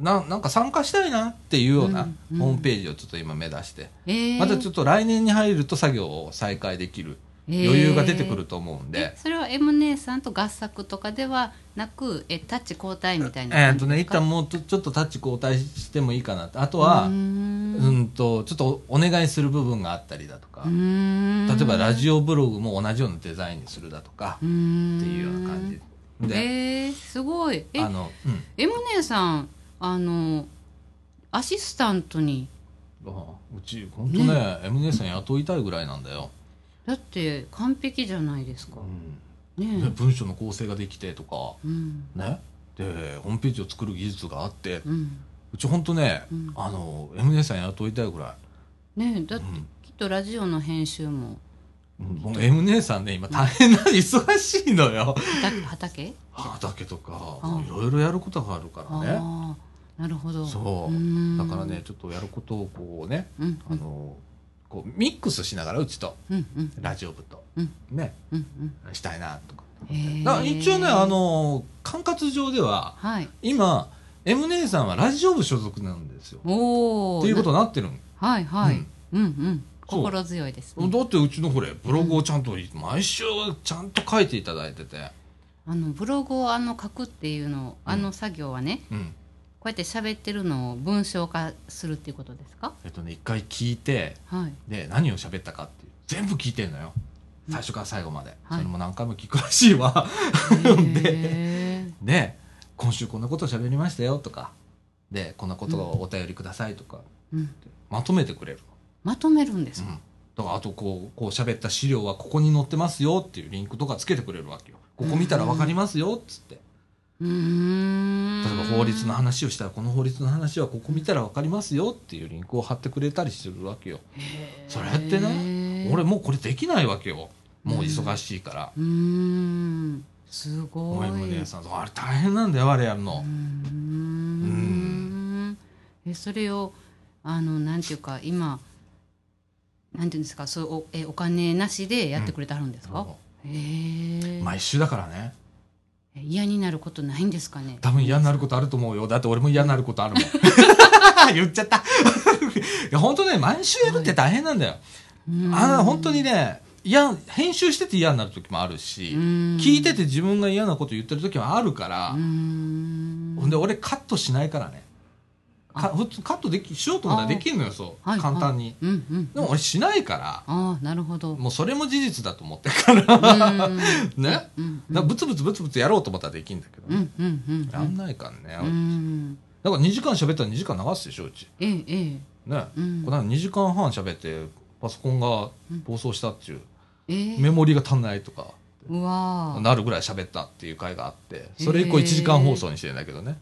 S1: あななんか参加したいなっていうような
S2: うんうん
S1: ホームページをちょっと今目指して、
S2: ええ
S1: またちょ
S2: っ
S1: っと来年に入ると作業を再開できる
S2: と
S1: 余裕が出てくると思うんで、
S2: それは M 姉さんと合作とかではなくえタッチ交代みたいな
S1: えっ、
S2: 感
S1: と
S2: じ
S1: ね
S2: で
S1: 一
S2: すか
S1: 旦もうちょちょっとタッチ交代してもいいかなとあとは
S2: うー
S1: うん
S2: ん
S1: とちょっとお願いする部分があったりだとか、
S2: 例
S1: 例えばラジオブログも同じようなデザインにするだとか
S2: オ
S1: って
S2: て
S1: いうような感じで、
S2: えー、すごいえ
S1: あの、うん、
S2: M 姉さんあのアシスタントに
S1: あうち本当ねね M 姉さん雇いたいぐらいなんだよ、
S2: だって完璧じゃないですか
S1: うんね
S2: ね
S1: 文章の構成ができてとか
S2: えうん
S1: ねでホームページを作る技術があって
S2: うん
S1: うち本当ね、
S2: うん
S1: あの M 姉さん雇いたいぐら
S2: ねえだって
S1: うん
S2: きっとラジオの編集も
S1: い、もう M 姉さんね今大変なの忙しいのよ
S2: 畑畑
S1: 畑とか
S2: うん
S1: いろいろやることがあるからね
S2: ああなるほど
S1: そう
S2: ーん
S1: だからねちょっとやることをこうね
S2: うんう
S1: あ
S2: ん
S1: のこうミックスしながらうちと
S2: うんうん
S1: ラジオ部と
S2: うん
S1: ね
S2: うん
S1: したいなとか
S2: うんへえ
S1: だから一応ねあの管轄上では
S2: はい
S1: 今 M 姉さんはラジオ部所属なんですよ
S2: おお
S1: っていうことになってるの
S2: はいはい、
S1: うん
S2: うんうん
S1: そう
S2: 心強いです、ね、
S1: だってうちのこれブログをちゃんと毎週ちゃんと書いていただいてて、
S2: あのブログをあの書くっていうのあの作業はね、
S1: うん
S2: こうやって喋ってるのを文章化するっていうことですか
S1: えっとね一回聞いて
S2: はい
S1: で何を喋ったかっていう全部聞いてんのよ最初から最後まで、
S2: はい
S1: それも何回も聞くらしいわ
S2: へー
S1: で今週こんなこと喋りましたよとかでこんなことをお便りくださいとか、
S2: うん
S1: まとめてくれる
S2: まとめるんです
S1: の、
S2: か、
S1: だからあとこうこう喋った資料はここに載ってますよっていうリンクとかつけてくれるわけよここ見たらわかりますよっつって、
S2: うーん
S1: 例えば法律の話をしたらこの法律の話はここ見たら分かりますよっていうリンクを貼ってくれたりするわけよそれやってね俺もうこれできないわけよもう忙しいから
S2: うーんすご
S1: お
S2: い
S1: い姉さんあれ大変なんだよあれやるの
S2: うーんえそれをあのなんていうか今なんていうんですかそうおえお金なしでやってくれてはるんですか、へえ、
S1: 毎週だからね
S2: え嫌になることないんですかね
S1: 多分嫌になることあると思うよだって俺も嫌になることあ るもん言っちゃったいや本当ね毎週やるって大変なんだよ
S2: うん
S1: あの本当にね嫌編集してて嫌になる時もあるし、
S2: うん
S1: 聞いてて自分が嫌なこと言ってる時もあるから
S2: う、ん
S1: ほんで俺カットしないからねか普通カットできしようと思ったらできるのよそう、
S2: はい
S1: 簡単に、
S2: うんうん
S1: でも俺しないから
S2: ああなるほど
S1: もうそれも事実だと思ってるから
S2: うんうん
S1: ねだか
S2: うん
S1: らブツブツブツブツやろうと思ったらできるんだけど、
S2: うんうんうん
S1: やんないから
S2: う
S1: ね、
S2: ん
S1: だから2時間喋ったら2時間流すでしょうち
S2: ええええ
S1: ね、
S2: うん
S1: この間2時間半喋ってパソコンが暴走したっていう、
S2: ええ
S1: メモリが足んないとか
S2: うわー
S1: なるぐらい喋ったっていう回があってそれ以降1時間放送にしてんだけどね、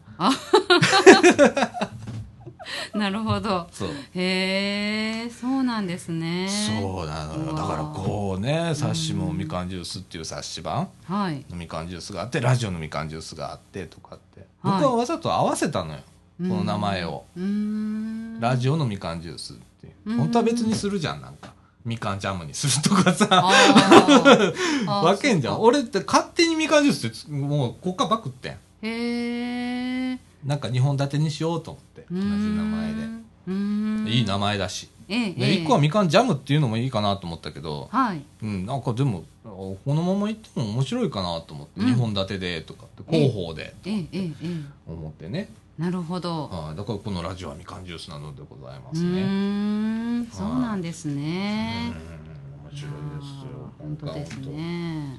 S2: なるほど
S1: そう
S2: へえそうなんですね
S1: そうなのよ
S2: うわ
S1: だからこうね冊子もみかんジュースっていう冊子版
S2: はい
S1: のみかんジュースがあってラジオのみかんジュースがあってとかって
S2: はい
S1: 僕はわざと合わせたのよ、この名前を
S2: うーん
S1: ラジオのみかんジュースっていう
S2: うん
S1: 本当は別にするじゃんなんかみかんジャムにするとかさ
S2: あーあー
S1: 分けんじゃん
S2: そっか
S1: 俺って勝手にみかんジュースってつもうこっからパクってん
S2: へえ
S1: なんか2本立てにしようと思って同じ名前で
S2: うーん
S1: いい名前だし
S2: ええ
S1: で
S2: ええ
S1: 1個はみかんジャムっていうのもいいかなと思ったけど、
S2: はい
S1: うん、なんかでもあこのまま行っても面白いかなと思って、
S2: うん
S1: 2本立てでとかって広報で
S2: ええええええ
S1: 思ってね、
S2: なるほど
S1: はいだからこのラジオはみかんジュースなのでございま
S2: う
S1: すね。うん
S2: ーんそうなんですね
S1: 面白いですよ
S2: あー本当ですね
S1: ね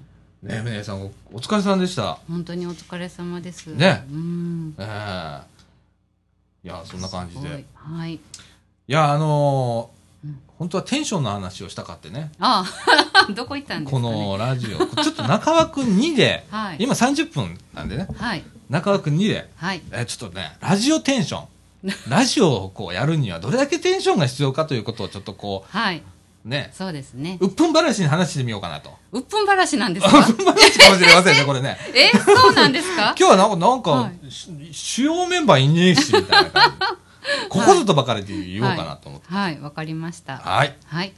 S1: え峰さんお疲れさんでした
S2: 本当にお疲れ様です
S1: ね
S2: うん
S1: ええいやそんな感じ
S2: すご
S1: で
S2: いはい
S1: いやあのー
S2: うん
S1: 本当はテンションの話をしたかってね
S2: ああ どこ行ったんです
S1: こ
S2: かね
S1: のラジオちょっと中枠2で、
S2: はい
S1: 今30分なんでね
S2: はい
S1: 中枠2で
S2: はい
S1: えーちょっとね、ラジオテンション。ラジオをこうやるにはどれだけテンションが必要かということをちょっとこ
S2: はい、
S1: う、ね、
S2: そうですね。
S1: うっぷん話に話してみようかなと。
S2: うっぷんばらしなんですか
S1: うっぷん話かもしれませんね、これね。
S2: え、そうなんですか
S1: 今日はなんか、なんか、
S2: は
S1: し主要メンバーいねえし、みたいな感じ。 ここぞとばかりで言おうかなと思って。
S2: はい、わかりました。
S1: はい。
S2: はい。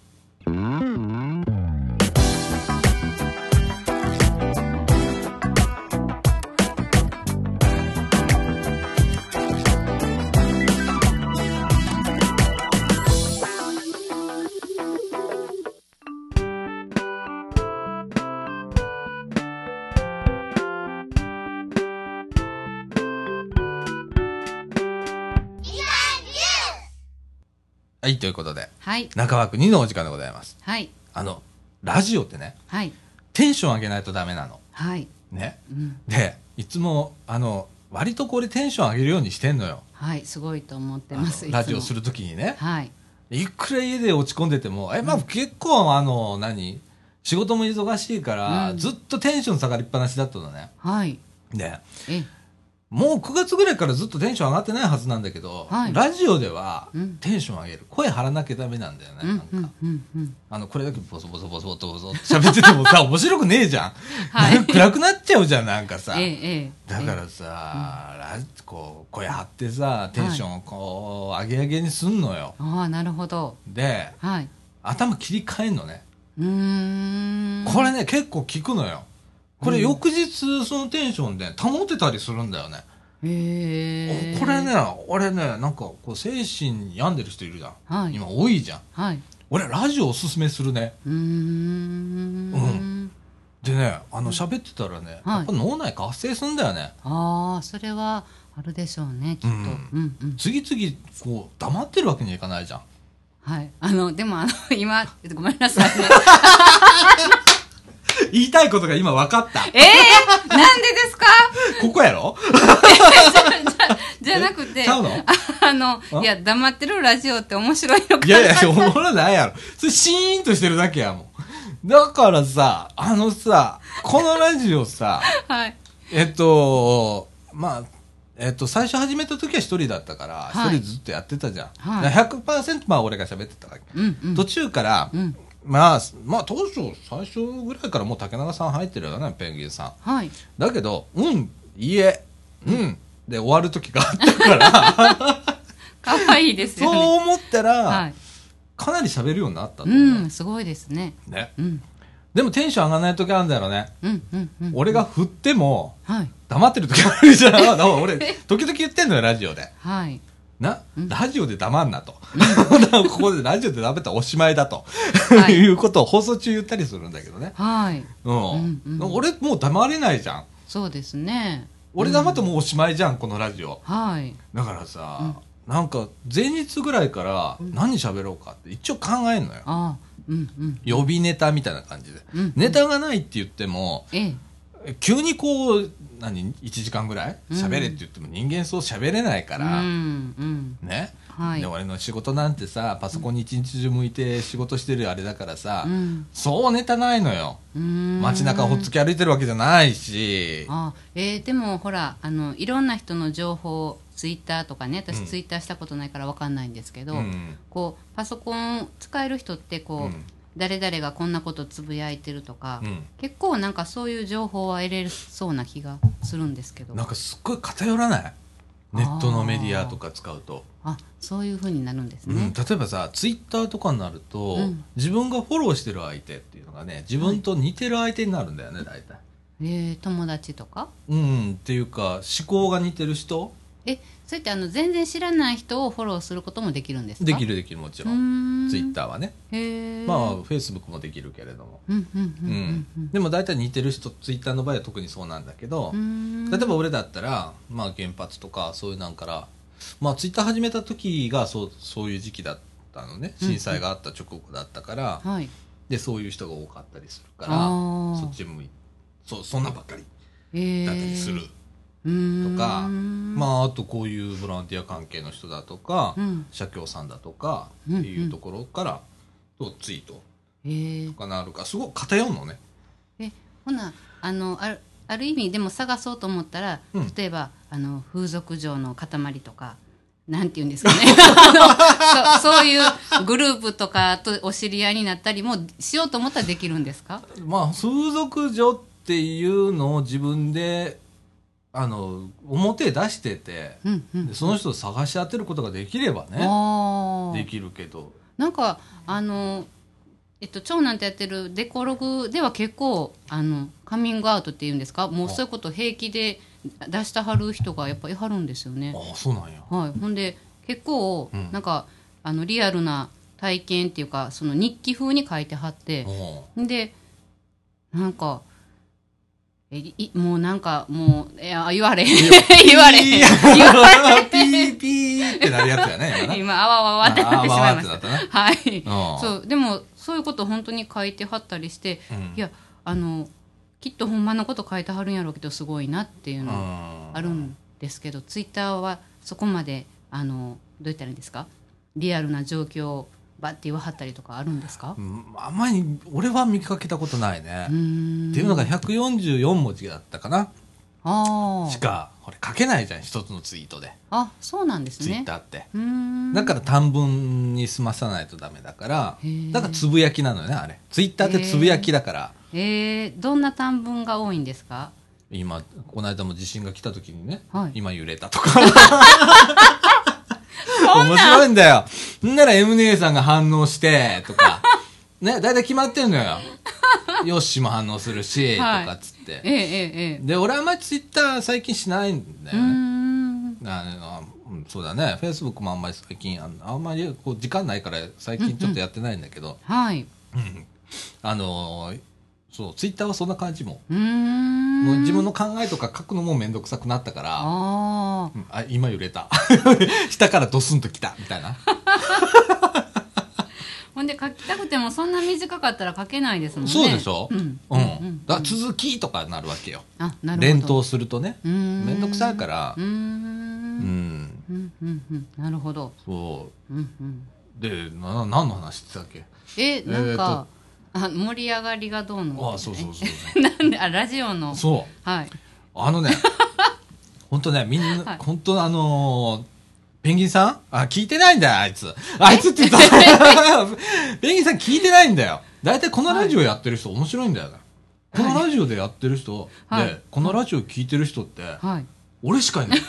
S1: はい、ということで、
S2: はい。
S1: 中枠2のお時間でございます。
S2: はい。
S1: あの、ラジオってね、
S2: はい。
S1: テンション上げないとダメなの。
S2: はい。
S1: ね。
S2: うん。
S1: で、いつも、あの、割とこれテンション上げるようにしてんのよ。
S2: はい、すごいと思って
S1: あの
S2: ます。
S1: ラジオす
S2: る。
S1: るときにね。
S2: はい。
S1: いくら家で落ち込んでても、え、まあ結構あの、何仕事も忙しいから、
S2: うん
S1: ずっとテンション下がりっぱなしだったのね。
S2: はい。
S1: で、
S2: え、
S1: もう9月ぐらいからずっとテンション上がってないはずなんだけど、
S2: はい
S1: ラジオでは
S2: うん
S1: テンション上げる。声張らなきゃダメなんだよね。
S2: う
S1: なんん、か、
S2: うん、うん、うん。
S1: あの、これだけボソボソボソボソボソって喋ってても さ、面白くねえじゃん。
S2: はい
S1: 暗くなっちゃうじゃん、なんかさ。
S2: ええ、ええ。
S1: だからさ、ラジこう、声張ってさ、テンションをこう、上げ上げにすんのよ。
S2: ああ、なるほど。
S1: で、
S2: はい。
S1: 頭切り替えんのね。
S2: うーん。
S1: これね、結構効くのよ。これ翌日、そのテンションで保てたりするんだよね。
S2: へえ。
S1: これね。、俺ね、なんかこう精神病んでる人いるじゃん。
S2: はい
S1: 今多いじゃん。
S2: はい。
S1: 俺、ラジオおすすめするね。
S2: うーん。
S1: うんでね、あの、喋ってたらね、
S2: はい
S1: やっぱ脳内活性すんだよね。
S2: ああ、それはあるでしょうね、きっと。
S1: う
S2: うんん、うん。
S1: 次々、こう、黙ってるわけにはいかないじゃん。
S2: はい。あの、でも、あの、今、ごめんなさいね。
S1: 言いたいことが今分か った。
S2: ええなんでですか
S1: ここやろ
S2: じゃなくて、
S1: ちゃうの
S2: あ あの、いや、黙ってるラジオって面白いのか
S1: いやいや、おもろないやろ。それシーンとしてるだけやもん。だからさ、あのさ、このラジオさ、
S2: はい。
S1: えっと、まあ、えっと、最初始めた時は一人だったから、一、
S2: はい
S1: 人ずっとやってたじゃん。
S2: はい
S1: だから100%まあ俺が喋ってたわけ。
S2: うんうん。
S1: 途中から、
S2: うん。
S1: まあ、まあ当初、最初ぐらいからもう竹中さん入ってるよね、ペンギンさん。
S2: はい。
S1: だけど、うん、いいえ、うん、で終わる時があった から、
S2: かわいいです
S1: そう
S2: よね。
S1: 思ったら、
S2: はい。
S1: かなり喋るようになったと
S2: う
S1: 思う、
S2: ん、すごいですね。
S1: ね。
S2: うん。
S1: でもテンション上がらない時あるんだよね。
S2: うんうんうん。
S1: 俺が振っても、
S2: はい。
S1: 黙ってる時あるじゃん。だから俺、時々言ってんのよ、ラジオで。
S2: はい。
S1: な、
S2: うん
S1: ラジオで黙 んなと。ここでラジオで黙ったらおしまいだと、、
S2: はいいう
S1: ことを放送中言ったりするんだけどね。
S2: はい。
S1: うん。
S2: うんうん
S1: 俺もう黙れないじゃん。
S2: そうですね。
S1: 俺黙ってもうおしまいじゃん、このラジオ。
S2: はい。
S1: だからさ、なんか前日ぐらいから何喋ろうかって一応考えんのよ。
S2: あーうん
S1: 予備ネタみたいな感じで。
S2: うん。うん。
S1: ネタがないって言っても、
S2: ええ。
S1: 急にこう、何、1時間ぐらい喋れって言っても人間そう喋れないか
S2: う
S1: ら、
S2: んうん。
S1: ね、
S2: はい
S1: で。俺の仕事なんてさパソコンに一日中向いて仕事してるあれだからさ、
S2: うん。
S1: そうネタないのよ
S2: うん
S1: 街中ほっつき歩いてるわけじゃないし、
S2: あえーでもほらあのいろんな人の情報ツイッターとかね
S1: う
S2: 私
S1: ん
S2: ツイッターしたことないからわかんないんですけ
S1: う
S2: ど、
S1: ん
S2: こうパソコン使える人ってこう、
S1: うん
S2: 誰々がこんなことつぶやいてるとか、
S1: うん
S2: 結構なんかそういう情報は得れそうな気がするんですけど
S1: なんかすっごい偏らないネットのメディアとか使うと、
S2: あそういうふうになるんです
S1: う
S2: ね
S1: ん、。例えばさツイッターとかになると、
S2: うん
S1: 自分がフォローしてる相手っていうのがね自分と似てる相手になるんだよね大体。
S2: えー友達とか
S1: うん、っていうか思考が似てる人
S2: えそうやってあの全然知らない人をフォローすることもできるんですか
S1: でき
S2: る
S1: るできるもち
S2: う
S1: ろん、
S2: ーん
S1: ツイッターはね、
S2: へえ
S1: まあフェイスブックもできるけれども。
S2: うんうんうんうんうん
S1: でも大体似てる人ツイッターの場合は特にそうなんだけど、
S2: 例
S1: 例えば俺だったら、まあ、原発とかそういうなんから、まあ、ツイッター始めた時がそうそういう時期だったのね
S2: うん
S1: 震災があった直後だったから、
S2: はい、
S1: でそういう人が多かったりするか
S2: あ
S1: ら
S2: ー
S1: そっち向いそうそんなんばっかり
S2: え
S1: だったりする、
S2: ー、
S1: とか
S2: うーん
S1: まああとこういうボランティア関係の人だとか、
S2: うん
S1: 社協さんだとかっていうところから、とツイート
S2: えー
S1: とかなるからすごく偏るのね。
S2: えほなあのあるある意味でも探そうと思ったら、
S1: うん
S2: 例えばあの風俗嬢の塊とかなんて言うんですかね あのそそういうグループとかとお知り合いになったりもしようと思ったらできるんですか
S1: まあ風俗嬢っていうのを自分であの表へ出してて、
S2: うんうん
S1: でその人を探し当てることができればね
S2: あー
S1: できるけど
S2: なんかあのえっと長男とやってるデコログでは結構あのカミングアウトっていうんですかもうそういうこと平気で出したはる人がやっぱりはるんですよね
S1: あ。あそうなんや
S2: はい、ほんで結構、
S1: うん
S2: なんかあのリアルな体験っていうかその日記風に書いてはって
S1: うん
S2: でなんかえいもうなんかもういや言われへん 言われへん
S1: ピー
S2: 言わ
S1: ピーピーってなるやつやね
S2: れへん
S1: 今な
S2: 今あわわわってなってしまいまし
S1: ああわわ
S2: た
S1: ってなっ
S2: はい。
S1: たな
S2: そうでもそういうこと本当に書いてはったりして、
S1: うんうん
S2: いやあのきっとほんまのこと書いてはるんやろうけどすごいなっていう
S1: う
S2: の
S1: ん
S2: あるんですけど、ツイッターはそこまであのどう言ったらいいんですかリアルな状況をバッて言わはったりとかあるんですか
S1: う、んあんまり俺は見かけたことないね
S2: うーん、
S1: っていうのが144文字だったかな
S2: あ
S1: し
S2: ー
S1: かこれ書けないじゃん一つのツイートで
S2: あそうなんです
S1: ツイッ
S2: ね
S1: ターって
S2: うーん
S1: だから短文に済まさないとダメだから
S2: へー
S1: だからつぶやきなのよねあれツイッターってつぶやきだから
S2: えー、どんな短文が多いんですか
S1: 今この間も地震が来た時にね、
S2: はい
S1: 今揺れたと か面白いんだよんなら M 姉さんが反応してとかね大体決まってんの よよっしも反応するし、
S2: はい
S1: とかっつって
S2: ええええええ
S1: で俺あんまりツイッター最近しないんだ
S2: うー
S1: よね
S2: ん
S1: あのうんそうだねフェイスブックもあんまり最近あんあんまりこう時間ないから最近ちょっとやってないんだけど、
S2: はい
S1: あのーそうツイッターはそんな感じも
S2: うーん
S1: もう自分の考えとか書くのも面倒くさくなったから
S2: ああ
S1: うんあ今揺れた 下からドスンときたみたいな
S2: ほんで書きたくてもそんな短かったら書けないですもんね。
S1: そうでしょ、
S2: うん。
S1: うん
S2: うん
S1: だから続きとかになるわけよ
S2: あ、なるほど。
S1: 連投するとね
S2: うーん。
S1: 面倒くさいから
S2: うー
S1: うん
S2: ん。うんうんうん。なるほど。
S1: そ
S2: うんうん。
S1: うでな何の話してたっけ
S2: え、なんか、あ盛り上がりがどうの、
S1: ああそうそうそうそ
S2: なん で、あ、ラジオの。
S1: うそう
S2: はい。
S1: あ のね、本当ね、みんな、
S2: はい
S1: 本当あのーペンギンさんあ、聞いてないんだよ、あいつ。あいつ って言った。ペンギンさん聞いてないんだよ。大体このラジオやってる人面白いんだよね。このラジオでやってる人、
S2: はい
S1: で、このラジオ聞いてる人って、
S2: はい。
S1: 俺しかい ない。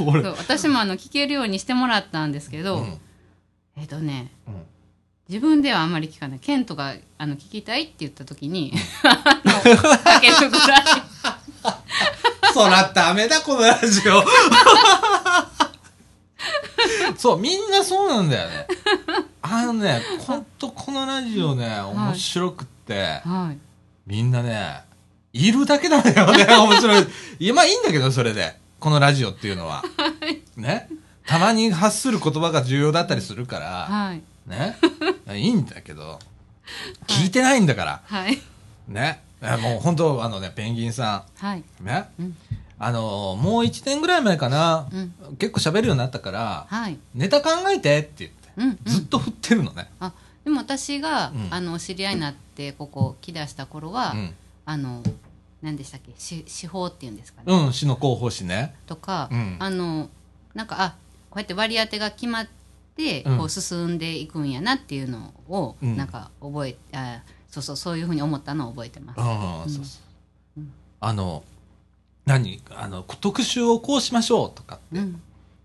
S1: 俺。
S2: そう私もあの、聞けるようにしてもらったんですけど、
S1: うん
S2: えっとね、
S1: うん
S2: 自分ではあんまり聞かない。ケントが、あの、聞きたいって言った時に、あの、かけるぐ らい。
S1: そらダメだ、このラジオ。そうみんなそうなんだよねあのね本当このラジオね面白くって、
S2: はい。
S1: みんなねいるだけなんだよね 面白いいやまあいいんだけどそれでこのラジオっていうのはねたまに発する言葉が重要だったりするから、
S2: はい。
S1: ねいいんだけど聞いてないんだから
S2: はい。
S1: ねいやもう本当あのねペンギンさ
S2: はい。
S1: んね
S2: うん。
S1: あのもう1年ぐらい前かな、
S2: う
S1: 結構喋るようになったから、
S2: はい。
S1: ネタ考えてって言って、
S2: うんうん
S1: ずっと振ってるのね、
S2: あ、でも私が、
S1: うん
S2: あの、知り合いになって、ここ、来だした頃は、
S1: うん
S2: あの、何でしたっけ、し司法っていうんですかね。
S1: うん、市の広報誌ね
S2: とか、
S1: うん
S2: あの、なんか、あ、こうやって割り当てが決まって、
S1: うん
S2: こう進んでいくんやなっていうのを、
S1: うん
S2: なんか、覚え、あ、そうそう、そういうふうに思ったのを覚えてます。
S1: うん、
S2: うん
S1: そうそう、
S2: うん
S1: あの何あの特集をこうしましょうとか
S2: うん。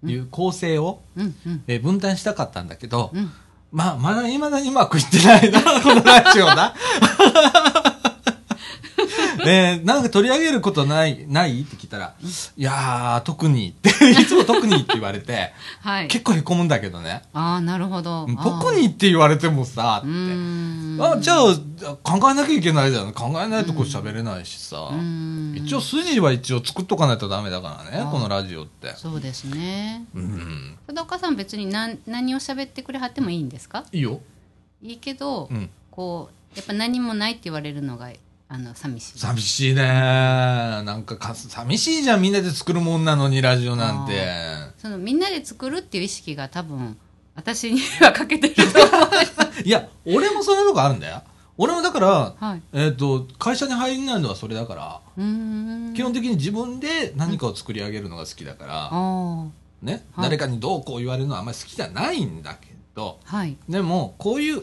S2: うん
S1: いう構成を、
S2: うんうん
S1: えー分担したかったんだけど、
S2: うん。
S1: まあまだいまだにうまくいってないなこのラジオなえーなんか取り上げることないないって聞いたら「いやー特に」って いつも「特に」って言われて
S2: はい。
S1: 結構へこむんだけどね
S2: ああ、なるほど。
S1: 「
S2: あー
S1: 特に」って言われてもさ
S2: う
S1: って
S2: ーん。
S1: あじゃあ考えなきゃいけないじゃん考えないとこう喋れないしさ、
S2: うん
S1: 一応筋は一応作っとかないとダメだから
S2: あ
S1: ね
S2: ー
S1: このラジオって
S2: そうですね。
S1: うん
S2: ふだおかさん別に何何を喋ってくれはってもいいんですか？
S1: いいよ、
S2: いいけど、
S1: うん、
S2: こうやっぱ何もないって言われるのがあの寂しい。
S1: 寂しいねなんかか寂しいじゃんみんなで作るもんなのにラジオなんて
S2: そのみんなで作るっていう意識が多分私には欠けてると思う。
S1: いや俺もそれとこあるんだよ俺もだから、
S2: はい。
S1: えっと会社に入れないのはそれだから、
S2: うーん。
S1: 基本的に自分で何かを作り上げるのが好きだから、
S2: あ
S1: ね、
S2: はい
S1: 誰かにどうこう言われるのはあんまり好きじゃないんだけど、
S2: あ。はい。
S1: でもこういう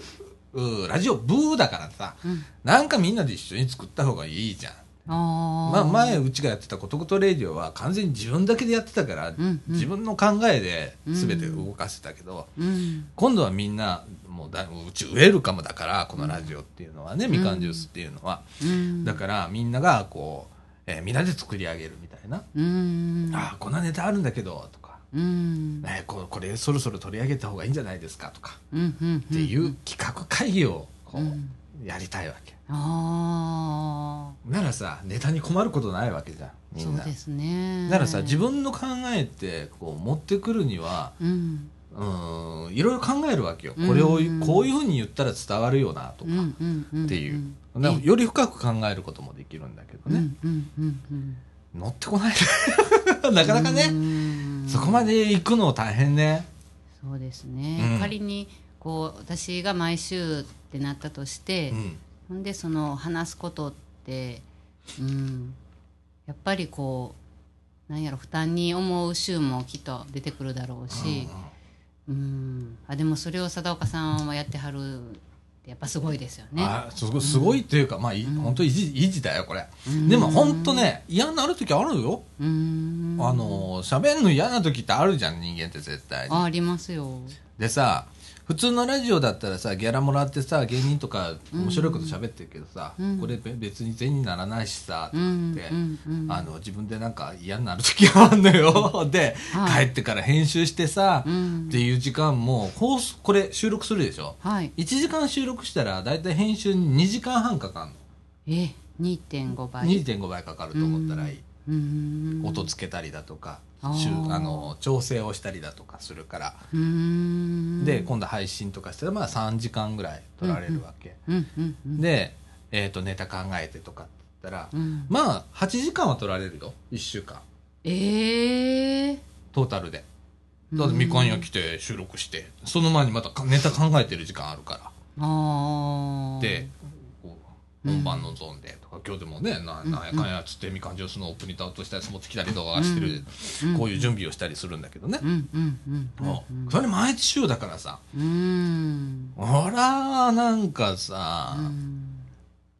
S1: うラジオブーだからさ
S2: うん。
S1: なんかみんなで一緒に作った方がいいじゃん
S2: あ
S1: ま
S2: あ。
S1: あ、前うちがやってた「ことことレイディオ」は完全に自分だけでやってたから、
S2: うんうん
S1: 自分の考えで全て動かしてたけど、
S2: うん。
S1: 今度はみんなもうだうちウェルカムだからこのラジオっていうのはね、みかんジュースっていうのは、
S2: うん。
S1: だからみんながこう、えーみんなで作り上げるみたいな「
S2: うーん。
S1: ああこんなネタあるんだけど」とか、
S2: うん。
S1: えーこ「これそろそろ取り上げた方がいいんじゃないですか」とか
S2: うん。うん。
S1: っていう企画会議をこう、
S2: うん
S1: やりたいわけ
S2: あ
S1: ならさネタに困ることないわけじゃん
S2: あ。
S1: み
S2: そ
S1: ん
S2: う
S1: な
S2: ですね。
S1: ならさ自。分の考えってこう持ってくるには
S2: うん。
S1: うーんいろいろ考えるわけよ
S2: うん
S1: これをこういうふうに言ったら伝わるよなとか
S2: うんうんうんん
S1: っていうなより深く考えることもできるんだけどね、
S2: うんうんうん
S1: 乗ってこない なかなか
S2: う
S1: ね
S2: ん
S1: そこまで行くの大変ね
S2: そうですね、
S1: うん
S2: 仮にこう私が毎週ってなったとして
S1: う、ん
S2: ほんでその話すことって、うん、やっぱりこうなんやろ負担に思う週もきっと出てくるだろうし、うんあでもそれを貞岡さんはやってはるってやっぱすごいですよね。
S1: あすごすごいっていうか、まあい本当維持維持だよこれ、
S2: うん
S1: でも本当ね嫌になる時あるよ
S2: うん
S1: あの喋んの嫌な時ってあるじゃん人間って絶対に
S2: あありますよ。
S1: でさ普通のラジオだったらさギャラもらってさ芸人とか面白いこと喋ってるけどさ、
S2: うん
S1: これべ別に銭にならないしさと
S2: う
S1: か
S2: ん
S1: って、
S2: うんうん
S1: あの自分でなんか嫌になる時があるのよで、
S2: はい
S1: 帰ってから編集してさ、
S2: うん
S1: っていう時間も放送これ収録するでしょ
S2: はい
S1: 1時間収録したら大体編集に2時間半かかるの、
S2: え2.5倍
S1: 2.5倍かかると思ったらいい、
S2: うーん
S1: 音つけたりだとか、
S2: あー
S1: しゅあの調整をしたりだとかするから、
S2: うーん
S1: で今度配信とかしたらまあ3時間ぐらい取られるわけ、
S2: うんうんうん
S1: で、えー、とネタ考えてとかって言ったら、
S2: うん
S1: まあ8時間は取られるよ1週間
S2: ええ
S1: トータルで
S2: うん
S1: だってみかん屋来て収録してその前にまたネタ考えてる時間あるか
S2: あ
S1: ら
S2: あ
S1: でこう本番のゾーンでとか今日でもねななんやかんやっつってみかんジュースのオープニングアウトしたり持ってきたりとかしてる、こういう準備をしたりするんだけどね
S2: う、んうんうんうん
S1: もうそれ毎週だからさ
S2: うーん
S1: ほらなんかさ、
S2: うん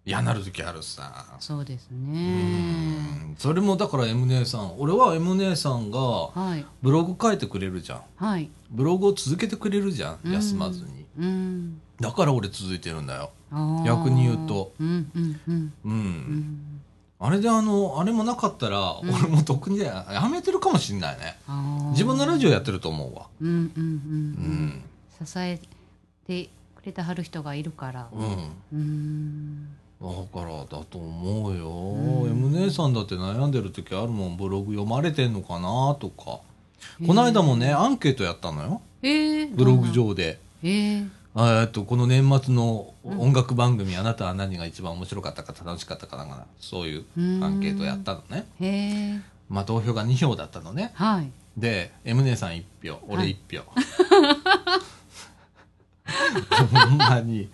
S1: 嫌なる時あるさ
S2: そうです
S1: う
S2: ね
S1: んそれもだからエム姉さん俺はエム姉さんが
S2: はい
S1: ブログ書いてくれるじゃん
S2: はい
S1: ブログを続けてくれるじゃん
S2: ん
S1: 休まずに
S2: うん
S1: だから俺続いてるんだよ
S2: あー
S1: 逆に言うと
S2: うんうんうん
S1: うん、
S2: うん
S1: あれであの、あれもなかったら、
S2: うん
S1: 俺もとっくにやめてるかもしんないね。自分のラジオやってると思うわ。
S2: オうんうんうん
S1: う
S2: うん
S1: ん。
S2: 支えてくれてはる人がいるから
S1: うん。
S2: うん
S1: だからだと思うよ、
S2: うん
S1: M 姉さんだって悩んでる時あるもんブログ読まれてんのかなとかこの間もねアンケートやったのよ
S2: えー
S1: ブログ上で、
S2: えー
S1: えっとこの年末の音楽番組、あなたは何が一番面白かったか楽しかったかなんかそういうアンケートやったのね
S2: へえ
S1: まあ投票が2票だったのね
S2: はい
S1: で M 姉さん1票俺
S2: は
S1: 1
S2: い
S1: 票、ほんまに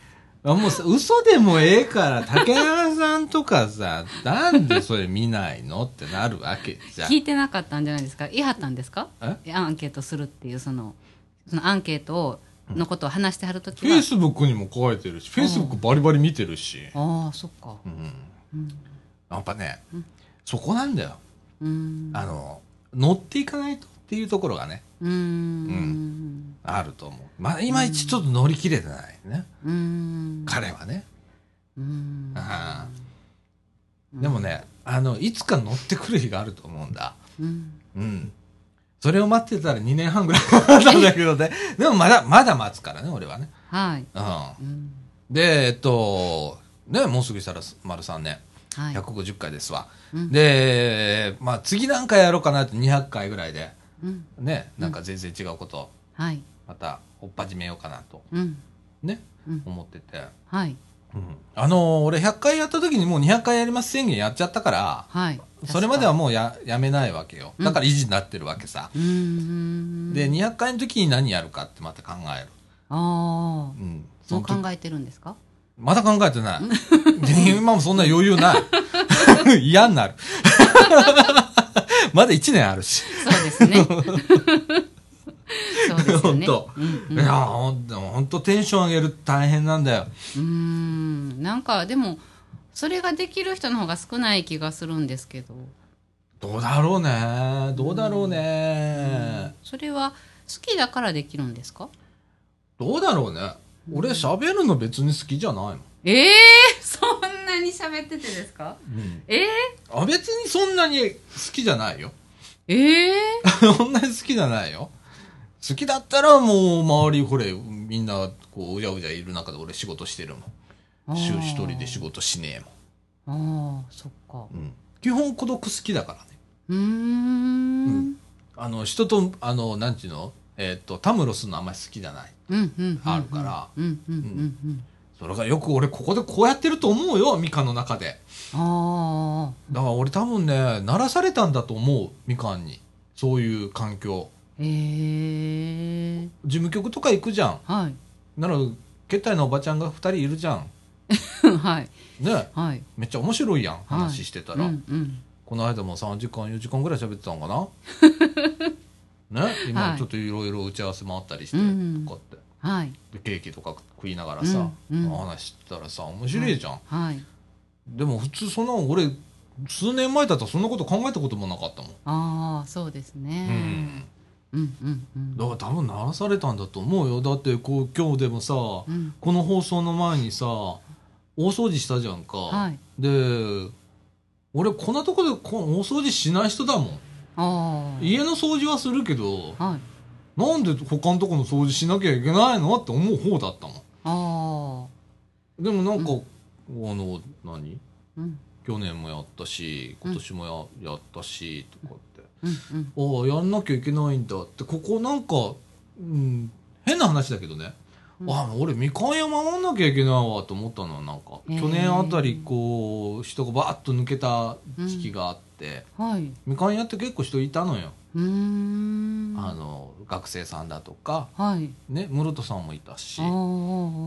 S1: あもうさ嘘でもええから竹原さんとかさなんでそれ見ないのってなるわけじゃん
S2: 聞いてなかったんじゃないですか言いはったんですか
S1: え
S2: えアンケートするっていうそのそのアンケートをのことを話してはるとき
S1: フェ
S2: は
S1: イスブックにも書いてるしフェイスブックバリバリ見てるし、
S2: ああそっか
S1: うん、
S2: うん
S1: やっぱね、
S2: うん
S1: そこなんだよ
S2: うん
S1: あの乗っていかないとっていうところがね
S2: うーん
S1: あると思うまあいまいちちょっと乗り切れてないね、
S2: うーん
S1: 彼はね
S2: うーん
S1: あでもねあのいつか乗ってくる日があると思うんだ
S2: うん
S1: うん。それを待ってたら2年半ぐらいだったんだけど ね。でもまだ、まだ待つからね、俺はね。
S2: はい
S1: うん。
S2: うん
S1: で、えっと、ね、もうすぐしたら丸3年、
S2: はい
S1: 150回ですわ。
S2: うん
S1: で、まあ次なんかやろうかなって200回ぐらいで、
S2: うん
S1: ね、なんか全然違うこと、
S2: はい
S1: また、追っ始めようかなと、
S2: うん
S1: ね、
S2: うん
S1: 思ってて。
S2: はい
S1: うん。あの、俺100回やった時にもう200回やります宣言やっちゃったから、
S2: はい
S1: それまではもうややめないわけよ。だから維持になってるわけさ。
S2: うーん
S1: で200回の時に何やるかってまた考える、
S2: ああ
S1: うん、その
S2: もう
S1: 時
S2: 考えてるんですか
S1: まだ考えてない で今もそんな余裕ない 嫌になる まだ1年あるし、
S2: そうです ねそうですよ
S1: 本
S2: ね
S1: 当
S2: うんうん
S1: いやほんとほんとテンション上げる大変なんだよ
S2: うーんなんかでもそれができる人の方が少ない気がするんですけど、
S1: どうだろうねどうだろうね、
S2: それは好きだからできるんですか
S1: どうだろうね俺喋るの別に好きじゃないの、
S2: ええそんなに喋っててですかえー、
S1: あ別にそんなに好きじゃないよ
S2: ええ
S1: そんなに好きじゃないよ好きだったらもう周りこれみんなこううじゃうじゃいる中で俺仕事してるもん
S2: あー
S1: 週 一人で仕事しねえ
S2: ああそっか
S1: もん、うん、基本孤独好きだからね
S2: うーん
S1: あの人とあのなんていうのえっ、とタムロスのあんまり好きじゃない
S2: うんうんうんうん
S1: あるから
S2: うんうんうん
S1: それがよく俺ここでこうやってると思うよミカの中で
S2: うんああ
S1: だから俺多分ね鳴らされたんだと思うミカンにそういう環境
S2: ええ
S1: 事務局とか行くじゃん
S2: はい
S1: ならけったいなおばちゃんが2人いるじゃん
S2: はい
S1: ね
S2: はい
S1: めっちゃ面白いやん話してたら、
S2: うんうん
S1: この間も3時間4時間ぐらい喋ってたんか なね
S2: は
S1: 今
S2: い
S1: ちょっといろいろ打ち合わせもあったりして
S2: うんうん
S1: とかって、
S2: はい
S1: でケーキとか食いながらさ、
S2: うんうん
S1: 話してたらさ面白いじゃん、
S2: はい
S1: でも普通そんな俺数年前だったらそんなこと考えたこともなかったもん、
S2: ああそうですねうんうんうん
S1: だから多分鳴らされたんだと思うよだってこう今日でもさ、
S2: うん
S1: この放送の前にさ大掃除したじゃんか、
S2: はい
S1: で俺こんなとこでこ大掃除しない人だもん
S2: あ
S1: 家の掃除はするけど
S2: あはい
S1: なんで他のとこの掃除しなきゃいけないのって思う方だったも
S2: ああ
S1: んでもなんか、あの何
S2: うん
S1: 去年もやったし今年もや,、やったしとかって
S2: うんうん
S1: ああやんなきゃいけないんだってここなんか、うん、変な話だけどね、
S2: うん
S1: ああ俺みかん屋守んなきゃいけないわと思ったのはなんか
S2: へえ
S1: 去年あたりこう人がバーッと抜けた時期があって、
S2: はい。
S1: みかん屋って結構人いたのよ、
S2: うーん。
S1: あの学生さんだとか
S2: はい。
S1: ね室戸さんもいたし
S2: ああ。う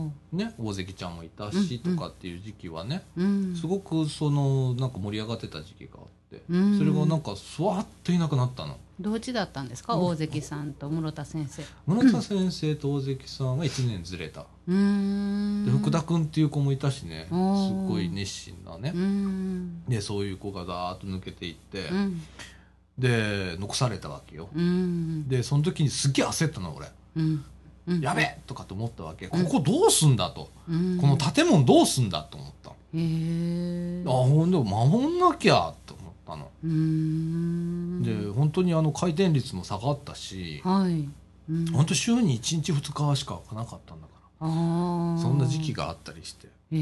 S2: ん
S1: ね、大関ちゃんもいたし
S2: うん
S1: とかっていう時期はね、。
S2: うん
S1: すごくそのなんか盛り上がってた時期があって、
S2: うん
S1: それがなんかスワッといなくなったの
S2: 同時だったんですか、
S1: うん
S2: 大関さんと室田先生。
S1: 室田先生と大関さんが1年ずれた、
S2: うーん。
S1: で福田。君っていう子もいたしね、
S2: うん
S1: すごい熱心なね
S2: うー、ん。
S1: でそういう子がだーっと抜けていって、
S2: うん。
S1: で残されたわけよ、
S2: うん。
S1: でその時にすっげえ焦ったの俺、
S2: うん。うん
S1: やべえとかと思ったわけここどうすんだと、
S2: うん
S1: この建物どうすんだと思ったの
S2: へえ
S1: あほんで守んなきゃと思ったの、
S2: うーん
S1: で本当にあの回転率も下がったし、
S2: はい、うん
S1: 本当週に1日2日しか開かなかったんだから
S2: あ
S1: そんな時期
S2: が
S1: があったりして
S2: へえ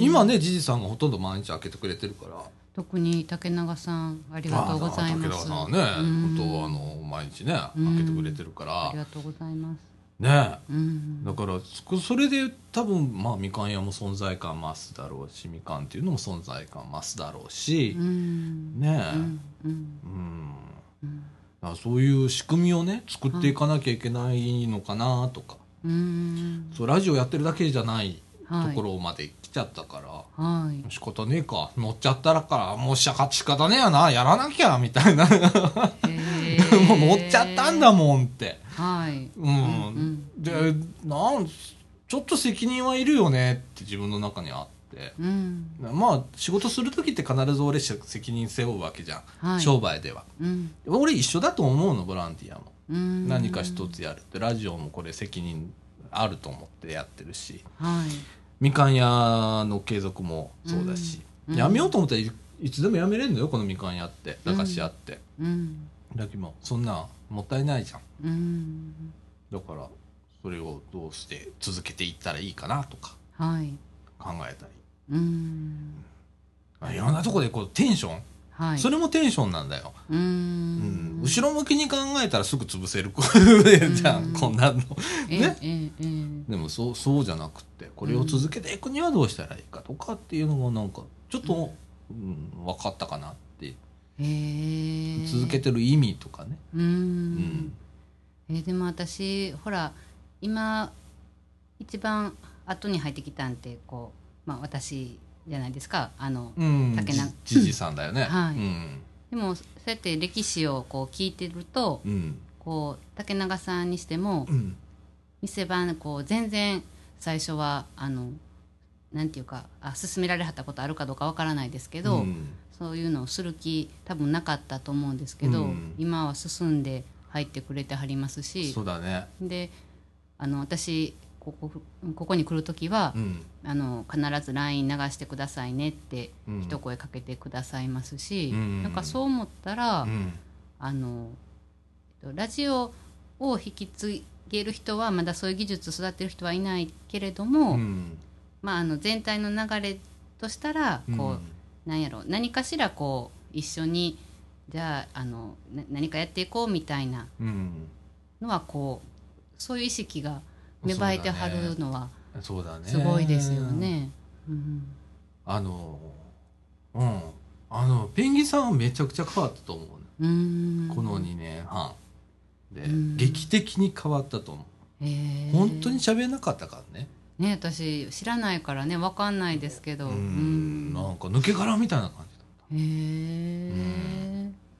S1: 今ねじじさんがほとんど毎日開けてくれてるから
S2: 特に竹永さんあ
S1: あ
S2: りがとうございます
S1: 竹田さんはね本当
S2: うん
S1: あの毎日ね
S2: うん
S1: 開けてくれてるから
S2: ありがとうございます
S1: ね
S2: うん
S1: だからそそれで多分まあみかん屋も存在感増すだろうしみかんっていうのも存在感増すだろうし
S2: う、ん
S1: ねえ
S2: うんうん
S1: うん
S2: うん
S1: だからそういう仕組みをね作っていかなきゃいけないのかなとか、
S2: うん
S1: そうラジオやってるだけじゃないと
S2: はい
S1: ころまで来ちゃったから、
S2: はい
S1: 仕方ねえか乗っちゃったらからもうしゃか仕方ねえやなやらなきゃみたいな
S2: へえ
S1: もう乗っちゃったんだもんって
S2: はい
S1: うん、
S2: うんうん
S1: でなんちょっと責任はいるよねって自分の中にあって
S2: うん
S1: まあ仕事する時って必ず俺し責任背負うわけじゃん、
S2: はい
S1: 商売では
S2: うん
S1: 俺一緒だと思うのボランティアも、
S2: うん
S1: 何か一つやるってラジオもこれ責任あると思ってやってるし
S2: はい
S1: みかん屋の継続もそうだし、
S2: うん
S1: やめようと思ったらいいつでもやめれんのよこのみかん屋って駄菓子屋って、
S2: うん
S1: だけどもうそんなもったいないじゃん
S2: うん
S1: だからそれをどうして続けていったらいいかなとか
S2: はい
S1: 考えたり
S2: うん
S1: あいろんなとこでこうテンション、
S2: はい
S1: それもテンションなんだよ、
S2: う
S1: うんん、後ろ向きに考えたらすぐ潰せる 声じゃん、
S2: うん
S1: こんなの
S2: え
S1: ね
S2: えええ
S1: でもそうそうじゃなくてこれを続けていくにはどうしたらいいかとかっていうのもなんかちょっと、うん分かったかなって
S2: へえ
S1: 続けてる意味とかね、
S2: うん、
S1: うん
S2: えーでも私ほら今一番後に入ってきたんってこうまあ私じゃないですかあの、
S1: うん、
S2: 竹中
S1: じじじさんだよね、
S2: はい
S1: うん
S2: でもそうやって歴史をこう聞いてると
S1: うん
S2: こう竹永さんにしても
S1: うん
S2: 店番こう全然最初はあのなんていうかあ勧められはったことあるかどうかわからないですけど、
S1: うん
S2: そういうのをする気多分なかったと思うんですけど、
S1: うん
S2: 今は進んで入ってくれてはりますし
S1: そうだね
S2: であの私ここここに来る時は
S1: う、ん
S2: あの必ず LINE 流してくださいねって
S1: うん
S2: 一声かけてくださいますし、
S1: うん
S2: なんかそう思ったら、
S1: うん
S2: あのえっとラジオを引き継げる人はまだそういう技術育てる人はいないけれども、
S1: うん
S2: まあ、あの全体の流れとしたらこう、なんやろ何かしらこう一緒にじゃああのな何かやっていこうみたいな
S1: うんうん
S2: のはこうそういう意識が芽生えてはるのは
S1: そうだね
S2: すごいですよね。うん
S1: あのうんあのペンギンさんはめちゃくちゃ変わったと思うね、
S2: うん
S1: この2年半で、
S2: うん
S1: 劇的に変わったと思
S2: へー
S1: う本当に喋れなかったからね
S2: ね私知らないからねわかんないですけど。
S1: う
S2: うん
S1: なんか抜け殻みたいな感じだっ
S2: へえ。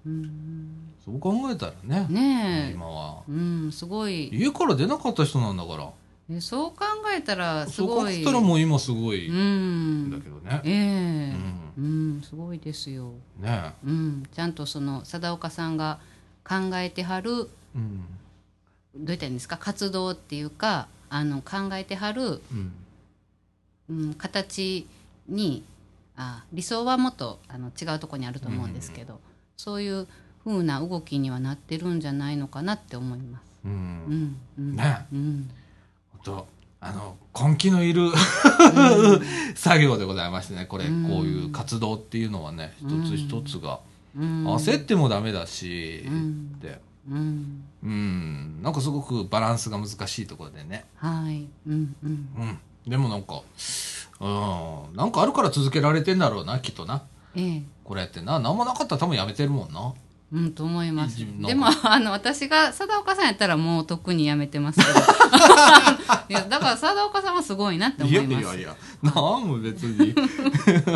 S2: うん
S1: たそう考えたらね
S2: ね
S1: 今は
S2: え、うんすごい。
S1: 家から出なかった人なんだから
S2: えそう考えたらす
S1: そう
S2: ご
S1: 考
S2: い。
S1: えたらもう今すご
S2: う
S1: いんだ
S2: ん
S1: け。どね、
S2: ええ
S1: う
S2: うんすごいですよ。
S1: ん、ね
S2: うん、ちゃんとその貞岡さんが考えてはるど
S1: えうん
S2: ういったらいいんですか活動っていうかあの考えてはる、
S1: うん
S2: うん、形にあ理想はもっとあの違うところにあると思うんですけど、そういう風な動きにはなってるんじゃないのかなって思います。
S1: う
S2: うんんうん
S1: ね
S2: うん
S1: あとあの根気のいる 作業でございましてねこれ、
S2: うん
S1: こういう活動っていうのはね一つ一つが、
S2: うん
S1: 焦ってもダメだし、
S2: うん
S1: って
S2: うん
S1: うんなんかすごくバランスが難しいところでね、
S2: はいうんうん
S1: うん、でもなんかうんなんかあるから続けられてんだろうなきっとな
S2: ええ
S1: これってな何もなかったら多分やめてるもんな
S2: うんと思います
S1: 自分の
S2: でもあの私が貞岡さんやったらもう特にやめてます けどいやだから貞岡さんはすごいなって思います
S1: やなんも別に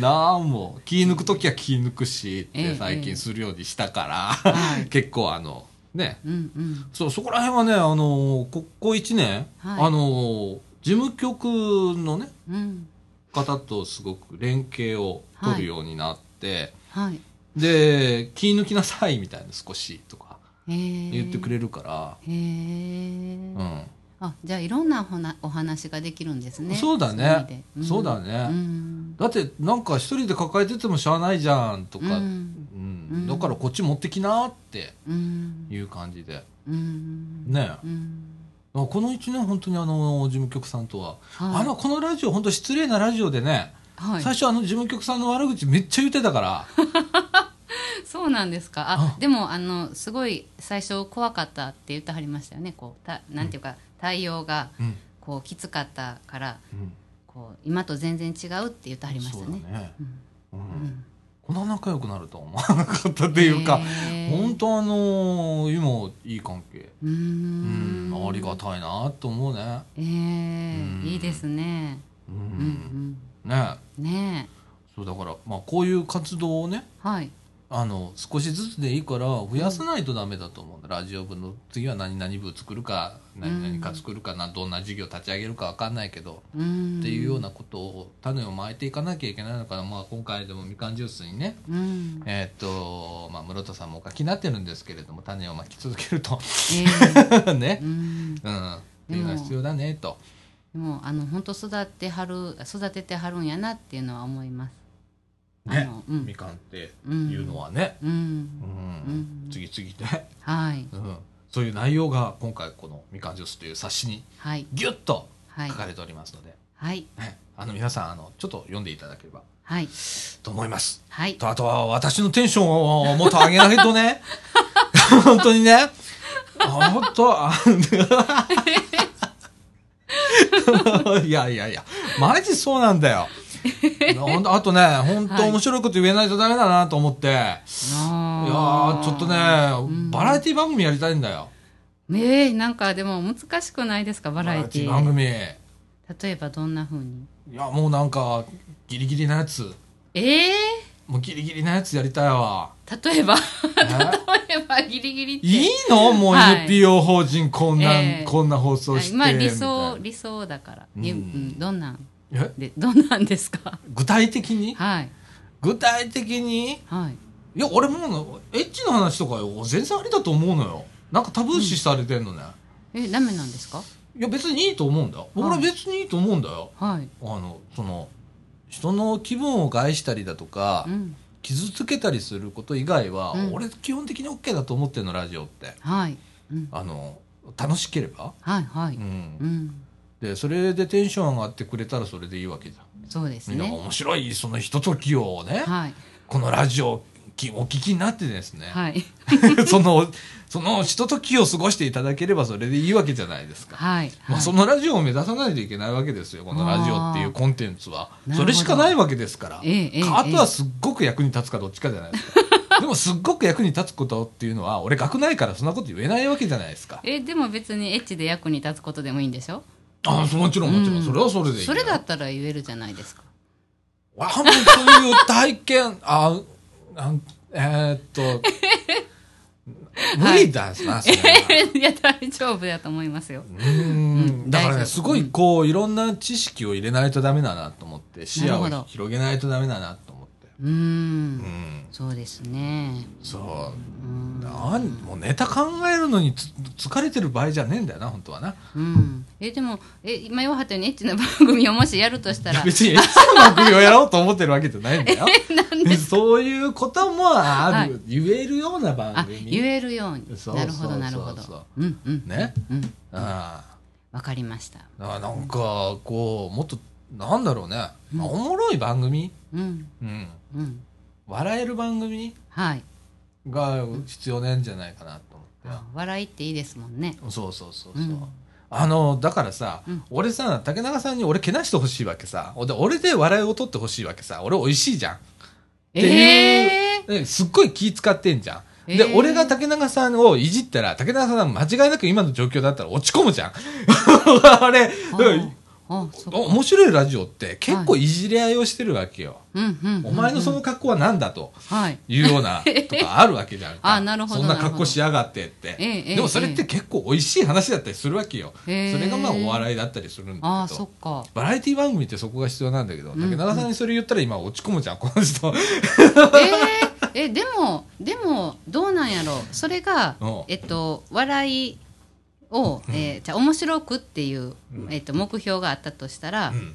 S1: なんも気抜く時は気抜くしっ
S2: え
S1: て
S2: え
S1: 最
S2: え
S1: 近
S2: え
S1: するようにしたから、
S2: はい
S1: 結構あのね
S2: うんうん
S1: そうそこら辺はねあのここ1年、
S2: はい
S1: あの事務局のね
S2: うん
S1: 方とすごく連携を取るようになって、
S2: はい
S1: で気抜きなさいみたいな少しとか
S2: 言
S1: 言ってく
S2: れ
S1: れるから、
S2: へえ、
S1: うん、
S2: あじゃあいろんなお話お話ができるんですね
S1: そうだ
S2: いう意味で
S1: ね
S2: ん
S1: そうだね
S2: うん
S1: だってなんか一人で抱えててもしゃあないじゃんとか、う
S2: うんんうん
S1: だからこっち持ってきなって
S2: うん
S1: いう感じで
S2: うん
S1: ねえ
S2: うん
S1: まあこの1年本当にあの事務局さんとは、
S2: はい
S1: あのこのラジオ本当失礼なラジオでね、
S2: はい
S1: 最初あの事務局さんの悪口めっちゃ言ってたから
S2: そうなんですかあでもあのすごい最初怖かったって言ってはりましたよねこうたなんていうか対応が
S1: うん、
S2: こうきつかったから
S1: うん
S2: こう今と全然違うって言ってはりまし
S1: そう
S2: た
S1: だ
S2: ね
S1: ね、
S2: うん
S1: う、
S2: うんん
S1: こんな仲良くなるとは思わなかったっていうか、
S2: へー
S1: 本当あのー今いい関係
S2: うー
S1: うん
S2: ん
S1: ありがたいなと思うね
S2: えー
S1: うん
S2: いいですね
S1: う、
S2: うんん
S1: ね
S2: うんね
S1: そうだからまあこういう活動をね
S2: えはい
S1: あの少しずつでいいから増やさないとダメだと思う、ラジオ部の次は何々部作るか何々か作るかな、どんな事業立ち上げるか分かんないけど、
S2: うん
S1: っていうようなことを種をまいていかなきゃいけないのかな、まあ、今回でもみかんジュースにね、
S2: うん
S1: えーっとまあ、室田さんもお書きになってるんですけれども種をまき続けると
S2: えー
S1: ね
S2: う、んで
S1: うん、っていうのは必要だねと。
S2: もあの本当育ってはる育ててはるんやなっていうのは思いますあ
S1: ね
S2: の、うん
S1: みかんって
S2: うん
S1: いうのはね、
S2: うん
S1: うん
S2: うん
S1: 次々ね、
S2: はい
S1: うん、そういう内容が今回この「みかんジュース」という冊子に
S2: はい
S1: ギュッと
S2: はい
S1: 書かれておりますので、
S2: はい
S1: ねあの皆さんあのちょっと読んでいただければ
S2: はい
S1: と思います。
S2: はい
S1: とあとは私のテンションをもっと上げないとね 本当にね本当 あいやいやいやマジそうなんだよ。本当あとね本当
S2: はい
S1: 面白いこと言えないとダメだなと思って、い、やー
S2: あー
S1: ちょっとね、
S2: うん
S1: バラエティ番組やりたいんだよ
S2: ねえなんかでも難しくないですかバラエティ
S1: 番組い
S2: 例えばどんな風に
S1: やもうなんかギリギリなやつ
S2: ええ
S1: もうギリギリなやつやりたい わ。
S2: 例えば
S1: ね
S2: 例えばギリギリって
S1: いいのもう
S2: はい
S1: NPO 法人こんなん、
S2: ええ
S1: こんな放送して、
S2: まあ理
S1: みた
S2: 想
S1: いな
S2: 理想だから、
S1: うん
S2: ゆうんどんなん
S1: え
S2: でどんなんですか
S1: 具体的に
S2: はい
S1: 具体的にい
S2: はい
S1: や俺もうエッチの話とかよ全然ありだと思うのよなんかタブー視されてんのね、
S2: えダメなんですか
S1: いや別にいいと思うんだよ俺は別にいいと思うんだよ、
S2: はい
S1: あのその人の気分を害したりだとか、
S2: うん
S1: 傷つけたりすること以外は、
S2: うん
S1: 俺基本的に OK だと思ってんのラジオって
S2: はいうん
S1: あの楽しければ、
S2: はいはい
S1: うん
S2: うん
S1: でそれでテンション上がってくれたらそれでいいわけじゃん
S2: そうです
S1: みんなが
S2: ね
S1: 面白いそのひとときをね、
S2: はい
S1: このラジオをきお聞きになってですね、
S2: はい
S1: そのそのひとときを過ごしていただければそれでいいわけじゃないですか、
S2: はい
S1: まあ、そのラジオを目指さないといけないわけですよこのラジオっていうコンテンツは
S2: あー
S1: それしかないわけですから、
S2: ええええ
S1: あとはすっごく役に立つかどっちかじゃないです かでもすっごく役に立つことっていうのは俺学ないからそんなこと言えないわけじゃないです か
S2: えでも別にエッチで役に立つことでもいいんでしょ
S1: ああもちろんもちろ
S2: うんん
S1: それはそれでいいよ、
S2: それだったら言えるじゃないですか
S1: わあ、もうそういう体験、あ、なん、えーっと、無理だな、それは。
S2: いや大丈夫だと思いますよ
S1: うーん
S2: うん
S1: だから
S2: 大丈
S1: ね、
S2: 夫
S1: すごいこう、いろんな知識を入れないとダメだなと思って、視野
S2: な
S1: を
S2: るほど
S1: 広げないとダメだなと思って。
S2: うーん
S1: うん。
S2: そうですね
S1: そうう。
S2: ん
S1: なんもうネタ考えるのにつ疲れてる場合じゃねえんだよな、本当はな。
S2: うんえでもえ今言わはったようにエッチな番組をもしやるとした
S1: いや
S2: ら
S1: 別にエッチな番組をやろうと思ってるわけじゃないんだよ。
S2: なん
S1: そういうこともある、
S2: は
S1: 言えるような番
S2: あ
S1: 組。
S2: 言えるように
S1: そう
S2: なるほ
S1: そう
S2: どなるほ
S1: そうそう
S2: どうんうん
S1: ね。
S2: うん
S1: ああ。
S2: わかりました
S1: あなんかこうもっとなんだろうね、まあおもろい番組、
S2: うん
S1: うん、
S2: うん
S1: 笑える番組
S2: はい
S1: が必要なんじゃないかなと思っ
S2: あ笑いっていいですもんね
S1: て、そうそうそうそう、
S2: うん
S1: あのだからさ、
S2: うん
S1: 俺さ竹中さんに俺けなしてほしいわけさで俺で笑いを取ってほしいわけさ俺美味しいじゃんてい
S2: え
S1: ですっごい気使ってんじゃんで、
S2: えー
S1: 俺が竹中さんをいじったら、竹中さん間違いなく今の状況だったら落ち込むじゃん。 あれ、
S2: ーああそっか
S1: 面白いラジオって結構いじり合いをしてるわけよ。
S2: うんうんうん
S1: お前のその格好は何だと
S2: はい
S1: いうようなとかあるわけじゃんか
S2: あなるほど
S1: そんな格好しやがってって、
S2: ええええ
S1: でもそれって結構美味しい話だったりするわけよ、
S2: へえ
S1: それがまあお笑いだったりするん
S2: あ
S1: だ
S2: あ
S1: け
S2: そ
S1: ど
S2: っか
S1: バラエティ番組ってそこが必要なんだけど、
S2: んうん
S1: 竹中さんにそれ言ったら今落ち込むじゃんこの人
S2: えー、えでもでもどうなんやろうそれが
S1: うん
S2: えっと笑いを、えーじゃあ面白くっていう、
S1: うん
S2: えー、と目標があったとしたら、
S1: うん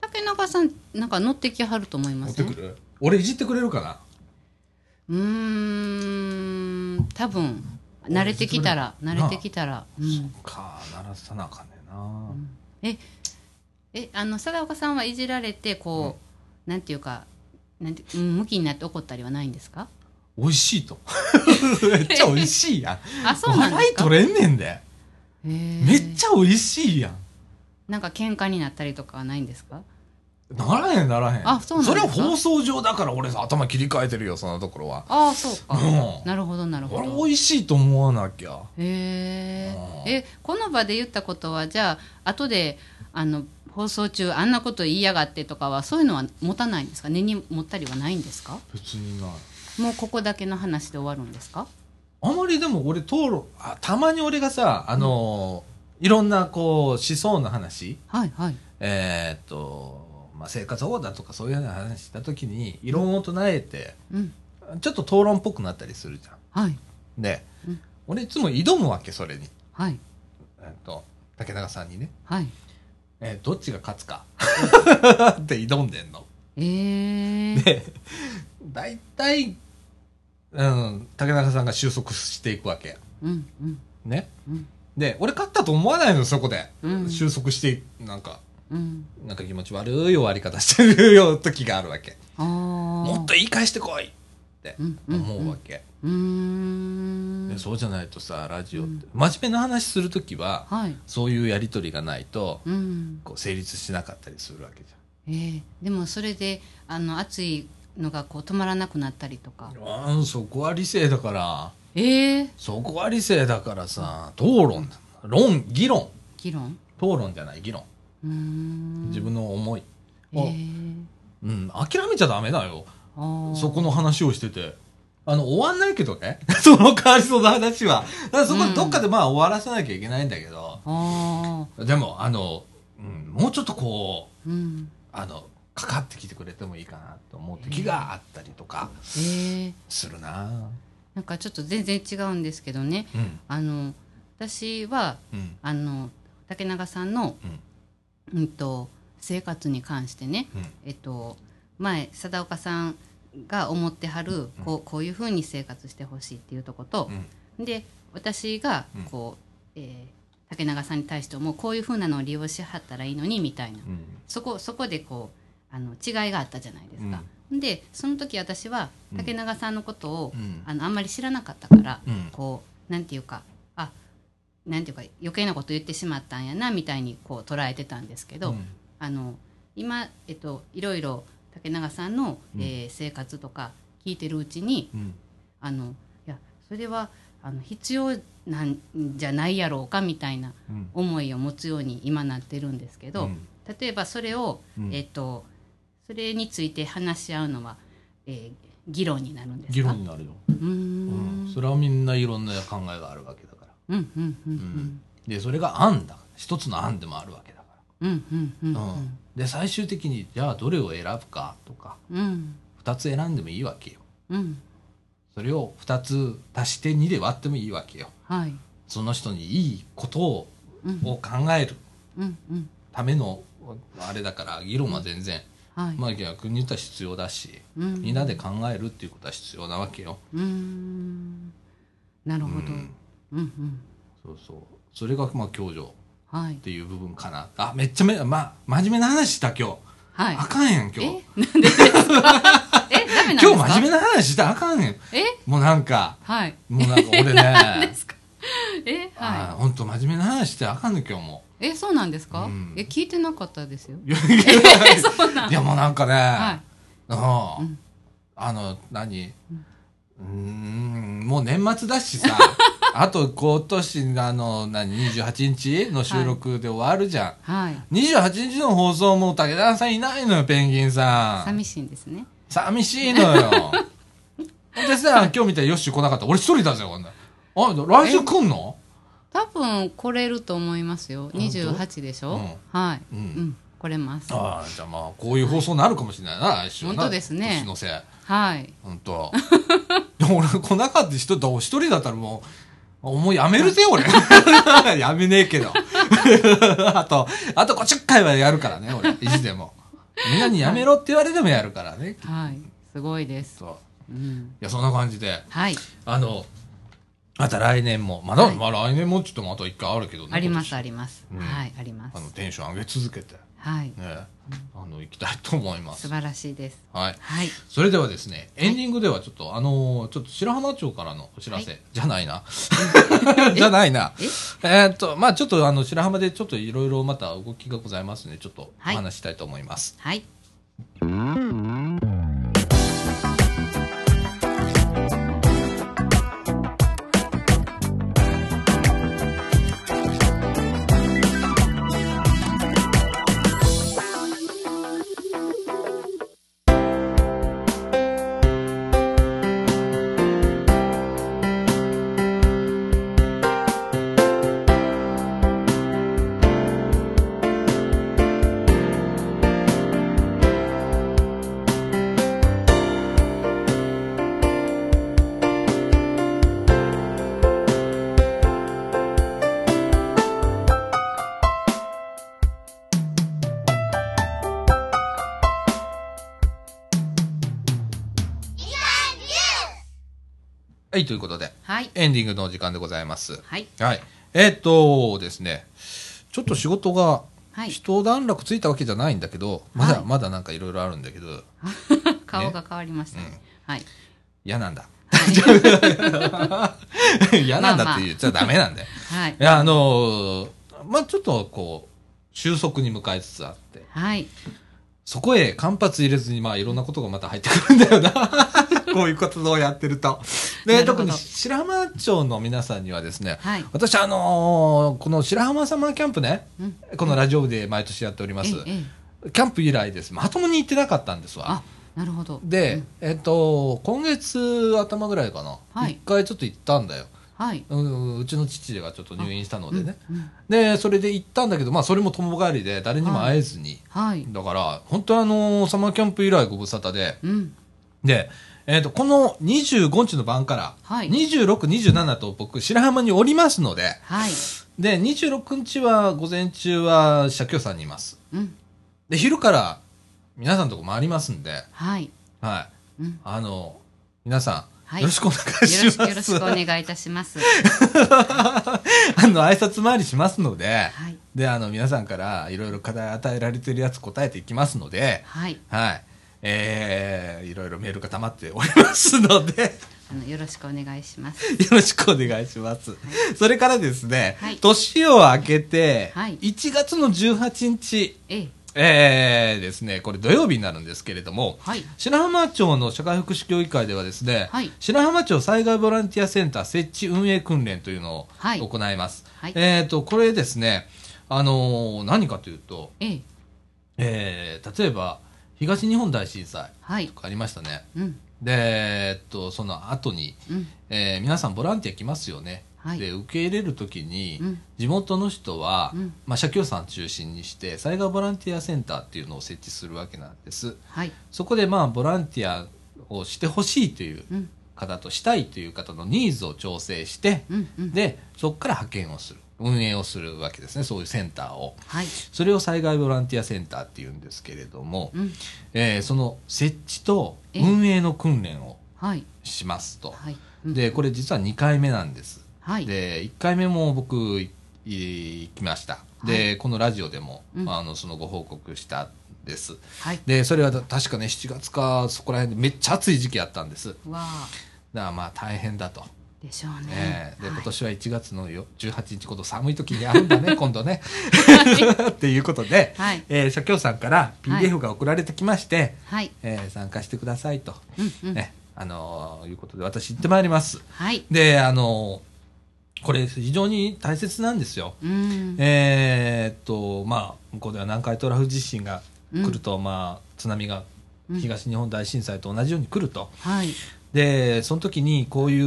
S2: 竹中さんなんか乗ってきはると思いま
S1: 持っ
S2: す
S1: て
S2: ね
S1: くる俺いじってくれるかな
S2: うーん多分慣れてきたら慣れてきたら、うん、
S1: か鳴らさなあかんねんな、
S2: えあの貞岡さんはいじられてこう、なんていうかなんてうん向きになって怒ったりはないんですか
S1: 美味しい とめっちゃ美味しいやん
S2: あ そうなんで
S1: 笑
S2: す
S1: い
S2: か
S1: 取れんねんで
S2: へー
S1: めっちゃ美味しいやん
S2: なんか喧嘩になったりとかはないんですか
S1: ならへんならへん
S2: あそうなんです
S1: れ
S2: か
S1: は放送上だから俺さ頭切り替えてるよそんなところは
S2: ああそうか、
S1: うん
S2: なるほどなるほ
S1: 俺
S2: ど
S1: 美味しいと思わなきゃ
S2: へ
S1: あー
S2: ええこの場で言ったことはじゃあ後であの放送中あんなこと言いやがってとかはそういうのは持たないんですか根に持ったりはないんですか
S1: 別にない
S2: もうここだけの話で終わるんですか
S1: あまりでも俺討論あたまに俺がさあのーいろんなこう思想の話
S2: はいはい
S1: えーっと、まあ、生活保護だとかそういうような話した時に異論を唱えて
S2: うん
S1: ちょっと討論っぽくなったりするじゃん
S2: はい
S1: で、
S2: うん
S1: 俺いつも挑むわけそれに、
S2: はい
S1: えっと竹中さんにね、
S2: はい
S1: えーどっちが勝つか って挑んでんの。
S2: ええ
S1: で大体、うん、竹中さんが収束していくわけ
S2: うんうん
S1: ね
S2: うん
S1: で俺勝ったと思わないのそこで、
S2: うん
S1: 収束していくなんか
S2: うん
S1: なんか気持ち悪い終わり方してるよ時があるわけ
S2: ああ
S1: もっと言い返してこいって
S2: うんうん
S1: 思うわけ、
S2: うーん
S1: でそうじゃないとさラジオって、真面目な話する時は、
S2: はい
S1: そういうやり取りがないと、
S2: うん
S1: こう成立しなかったりするわけじ
S2: えー、でもそれであの熱いのがこう止まらなくなったりとか
S1: ゃんうんそこは理性だから
S2: ええ
S1: そこは理性だからさ討論論議論
S2: 議論
S1: 討論じゃない議論
S2: うーん
S1: 自分の思い
S2: え
S1: を、
S2: ー、
S1: うん、諦めちゃダメだよ
S2: あー
S1: そこの話をしててあの終わんないけどね その代わりその話はだからそこはどっかでまあ終わらせなきゃいけないんだけど、
S2: あ
S1: でもあの、うん、もうちょっとこう
S2: ーうん
S1: あのかかってきてくれてもいいかなと思う時があったりとか
S2: えー、
S1: するな、
S2: なんかちょっと全然違うんですけどね
S1: うん
S2: あの私は
S1: うん
S2: あの竹永さんの、うんと生活に関してね、
S1: うん
S2: えっと、前貞岡さんが思ってはるこうこういうふうに生活してほしいっていうとこと、で私が
S1: うん
S2: こう、えー竹永さんに対してもこういうふうなのを利用しはったらいいのにみたい
S1: う
S2: な
S1: ん
S2: そこそこでこうあの違いがあったじゃないですか。でその時私は
S1: うん
S2: 竹永さんのことを、
S1: うん
S2: あのあんまり知らなかったから、
S1: うん
S2: こうなんていうかあなんていうか余計なこと言ってしまったんやなみたいにこう捉えてたんですけど、
S1: うん
S2: あの今、えっと、いろいろ竹永さんの、
S1: うん
S2: えー生活とか聞いてるうちに
S1: うん
S2: あのいやそれはあの必要なんじゃないやろうかみたいな
S1: うん
S2: 思いを持つように今なってるんですけど、
S1: うん
S2: 例えばそれを、
S1: うん
S2: えっと、それについて話し合うのは、えー議論になるんですか
S1: 議論になるよ、
S2: うーん
S1: うんそれはみんないろんな考えがあるわけだから、
S2: うんうん
S1: う
S2: う
S1: んん、でそれが案だ一つの案でもあるわけだか
S2: うんうんうん
S1: ら、うんで最終的にじゃあどれを選ぶかとか
S2: うん
S1: 2つ選んでもいいわけよ
S2: うん
S1: それを2つ足して2で割ってもいいわけよ
S2: はい
S1: その人にいいことを
S2: うん
S1: を考える
S2: うんうん
S1: ためのあれだから議論は全然、
S2: はい、
S1: まあ逆に言ったら必要だし、
S2: うん
S1: みんなで考えるっていうことは必要なわけよ、
S2: うーんなるほど、うん、うん
S1: そうそうそれがまあ共助
S2: はい
S1: っていう部分かなあめっちゃめ、ま、真面目な話した今日、
S2: はい
S1: あかんやん今
S2: え
S1: 日
S2: なんでですかえダメなんですか
S1: 今日真面目な話したらあかんやん
S2: え
S1: もうなんか
S2: はい
S1: もうなんか俺
S2: なんで
S1: ね
S2: すかえ
S1: あ
S2: は
S1: 本当真面目な話してあかんね今日も
S2: いえそうなんですか、
S1: うん
S2: え聞いてなかったですよ
S1: いや
S2: え そうなん
S1: いやもうなんかね、
S2: はい
S1: うん
S2: うん
S1: あの何うーんもう年末だし さあと今年のあの何28日の収録で終わるじゃん、
S2: はい
S1: 28日の放送も武田さんいないのよペンギンさん
S2: 寂しいんですね
S1: 寂しいの よ。でさ、今日みたいによっしー来なかった。俺一人だぜ、こんな。あ、来週来んの
S2: 多分来れると思いますよ
S1: 当
S2: 28でしょ、
S1: うん
S2: はい、
S1: うん
S2: うん、来れます
S1: ああ、じゃあまあ、こういう放送になるかもしれないな、来週はな。
S2: 本当ですね
S1: 年のせい。
S2: はい
S1: 本当。でも俺来なかった人だ、一人だったらもう、もうやめるぜ、俺。 やめねえけど。 あと、あと50回はやるからね、俺。いつでも。みんなにやめろって言われてもやるからね。
S2: はい。すごいです。
S1: そう。
S2: うん。
S1: いや、そんな感じで。
S2: はい。
S1: あの、また来年も。まだ、
S2: はい
S1: まあ来年もちょっとまた一回あるけどね。
S2: あります、
S1: 今
S2: あります。
S1: うん
S2: はい、ありま
S1: 年あの、
S2: す。
S1: テンション上げ続けて、ね、
S2: はい。
S1: あの、行きたいと思いま
S2: 素
S1: す。
S2: 晴らしいです。
S1: はい。
S2: はい。
S1: それではですね、エンディングではちょっと、あのーちょっと白浜町からのお知らせ、
S2: は
S1: じゃない な。じゃないな。
S2: え
S1: えーっと、まあちょっとあの、白浜でちょっといろいろまた動きがございますので、ちょっとお
S2: はい
S1: 話ししたいと思います。
S2: はい。
S1: はい、ということで、
S2: はい。
S1: エンディングのお時間でございます。
S2: はい。
S1: はい。えーっとですね、ちょっと仕事が、
S2: はい。
S1: 一段落ついたわけじゃないんだけど、まだ、
S2: はい
S1: まだなんかいろいろあるんだけど、
S2: 顔が変わりましたね。 はい。
S1: 嫌なん だ。
S2: はい。
S1: 嫌なんだって言っちゃダメなんだよ。
S2: はい
S1: い。や、あのーまあちょっとこう、収束に向かいつつあって、
S2: はい。
S1: そこへ間髪入れずに、まあいろんなことがまた入ってくるんだよ な。こういう活動をやってると。
S2: な
S1: で、
S2: るほ
S1: 特
S2: ど
S1: に白浜町の皆さんにはですね、
S2: はい
S1: 私あのーこの白浜サマーキャンプね、
S2: うん
S1: このラジオ部で毎年やっております。
S2: ええええ
S1: キャンプ以来です。まともに行ってなかったんですわ
S2: あ。、なるほど。
S1: で、
S2: うん
S1: えっと、今月頭ぐらいかな。一、
S2: はい
S1: 回ちょっと行ったんだよ。
S2: はい。
S1: うんうちの父がちょっと入院したのでね。
S2: うんうん
S1: で、それで行ったんだけど、まあ、それも友帰りで、誰にも会えずに。
S2: はい。
S1: だから、本当あのーサマーキャンプ以来ご無沙汰で。
S2: うん。
S1: で、えっ、と、この25日の晩から、
S2: はい
S1: 26、27と僕、白浜におりますので、
S2: はい。
S1: で、26日は、午前中は、社協さんにいます。
S2: うん。
S1: で、昼から、皆さんのとこ回りますんで、
S2: はい。
S1: はい。
S2: うん。
S1: あの、皆さん、
S2: はい
S1: よろしくお願
S2: よろ
S1: いしま
S2: し
S1: す。
S2: く、よろしくお願いいたします。
S1: あの、挨拶回りしますので、
S2: はい。
S1: で、あの、皆さんからいろいろ課題与えられてるやつ答えていきますので、
S2: はい。
S1: はい。えー、いろいろメールが溜まっておりますので、 よ
S2: あの、よろしくお願いします。
S1: ろしくお願いします。それからですね、
S2: はい
S1: 年を明けて、
S2: はい
S1: 1月の18日、
S2: ええ。
S1: えーですね、これ土曜日になるんですけれども、
S2: はい。
S1: 白浜町の社会福祉協議会ではですね、
S2: はい
S1: 白浜町災害ボランティアセンター設置運営訓練というのを
S2: はい
S1: 行います。
S2: はい
S1: えっ、と、これですね、あのー何かというと、
S2: ええ。
S1: えー例えば、東日本大震災
S2: は
S1: と
S2: い。
S1: かありましたね。
S2: うん。
S1: で、えっと、その後に、
S2: うん。
S1: えー皆さんボランティア来ますよね。
S2: はい
S1: で、受け入れるときに、
S2: うん
S1: 地元の人は、
S2: うん
S1: まあ、社協さん中心にして、災害ボランティアセンターっていうのを設置するわけなんです。
S2: はい。
S1: そこでまあボランティアをしてほしいという
S2: うん。
S1: 方としたいという方のニーズを調整して、
S2: うん。うん。
S1: でそこから派遣をする運営をするわけですねそういうセンターを
S2: はい。
S1: それを災害ボランティアセンターっていうんですけれども、
S2: うん。
S1: えーその設置と運営の訓練を
S2: はい。
S1: しますと、
S2: はい。うん
S1: でこれ実は2回目なんです、
S2: はい。
S1: で1回目も僕いい行きましたで、
S2: は
S1: このラジオでも、
S2: うん
S1: あのそのご報告したんです、
S2: はい。
S1: でそれは確かね7月かそこら辺でめっちゃ暑い時期あったんですだか
S2: わあ。
S1: らまあ大変だと、
S2: でしょうね
S1: え。えで今
S2: はい
S1: 年は1月のよ18日こ度寒い時に会うんだね今度ね っていうことで、
S2: はい
S1: えー社協さんから PDF が送られてきまして、
S2: はい。
S1: えー参加してくださいと、
S2: うん。うん。
S1: ねあのーいうことで私行ってまいります
S2: はい。
S1: であのーこれ非常に大切なんですよ
S2: うん。
S1: えーっとまあ向こうでは南海トラフ地震が来ると、まあ津波が
S2: うん
S1: 東日本大震災と同じように来ると、
S2: はい。
S1: でその時にこうい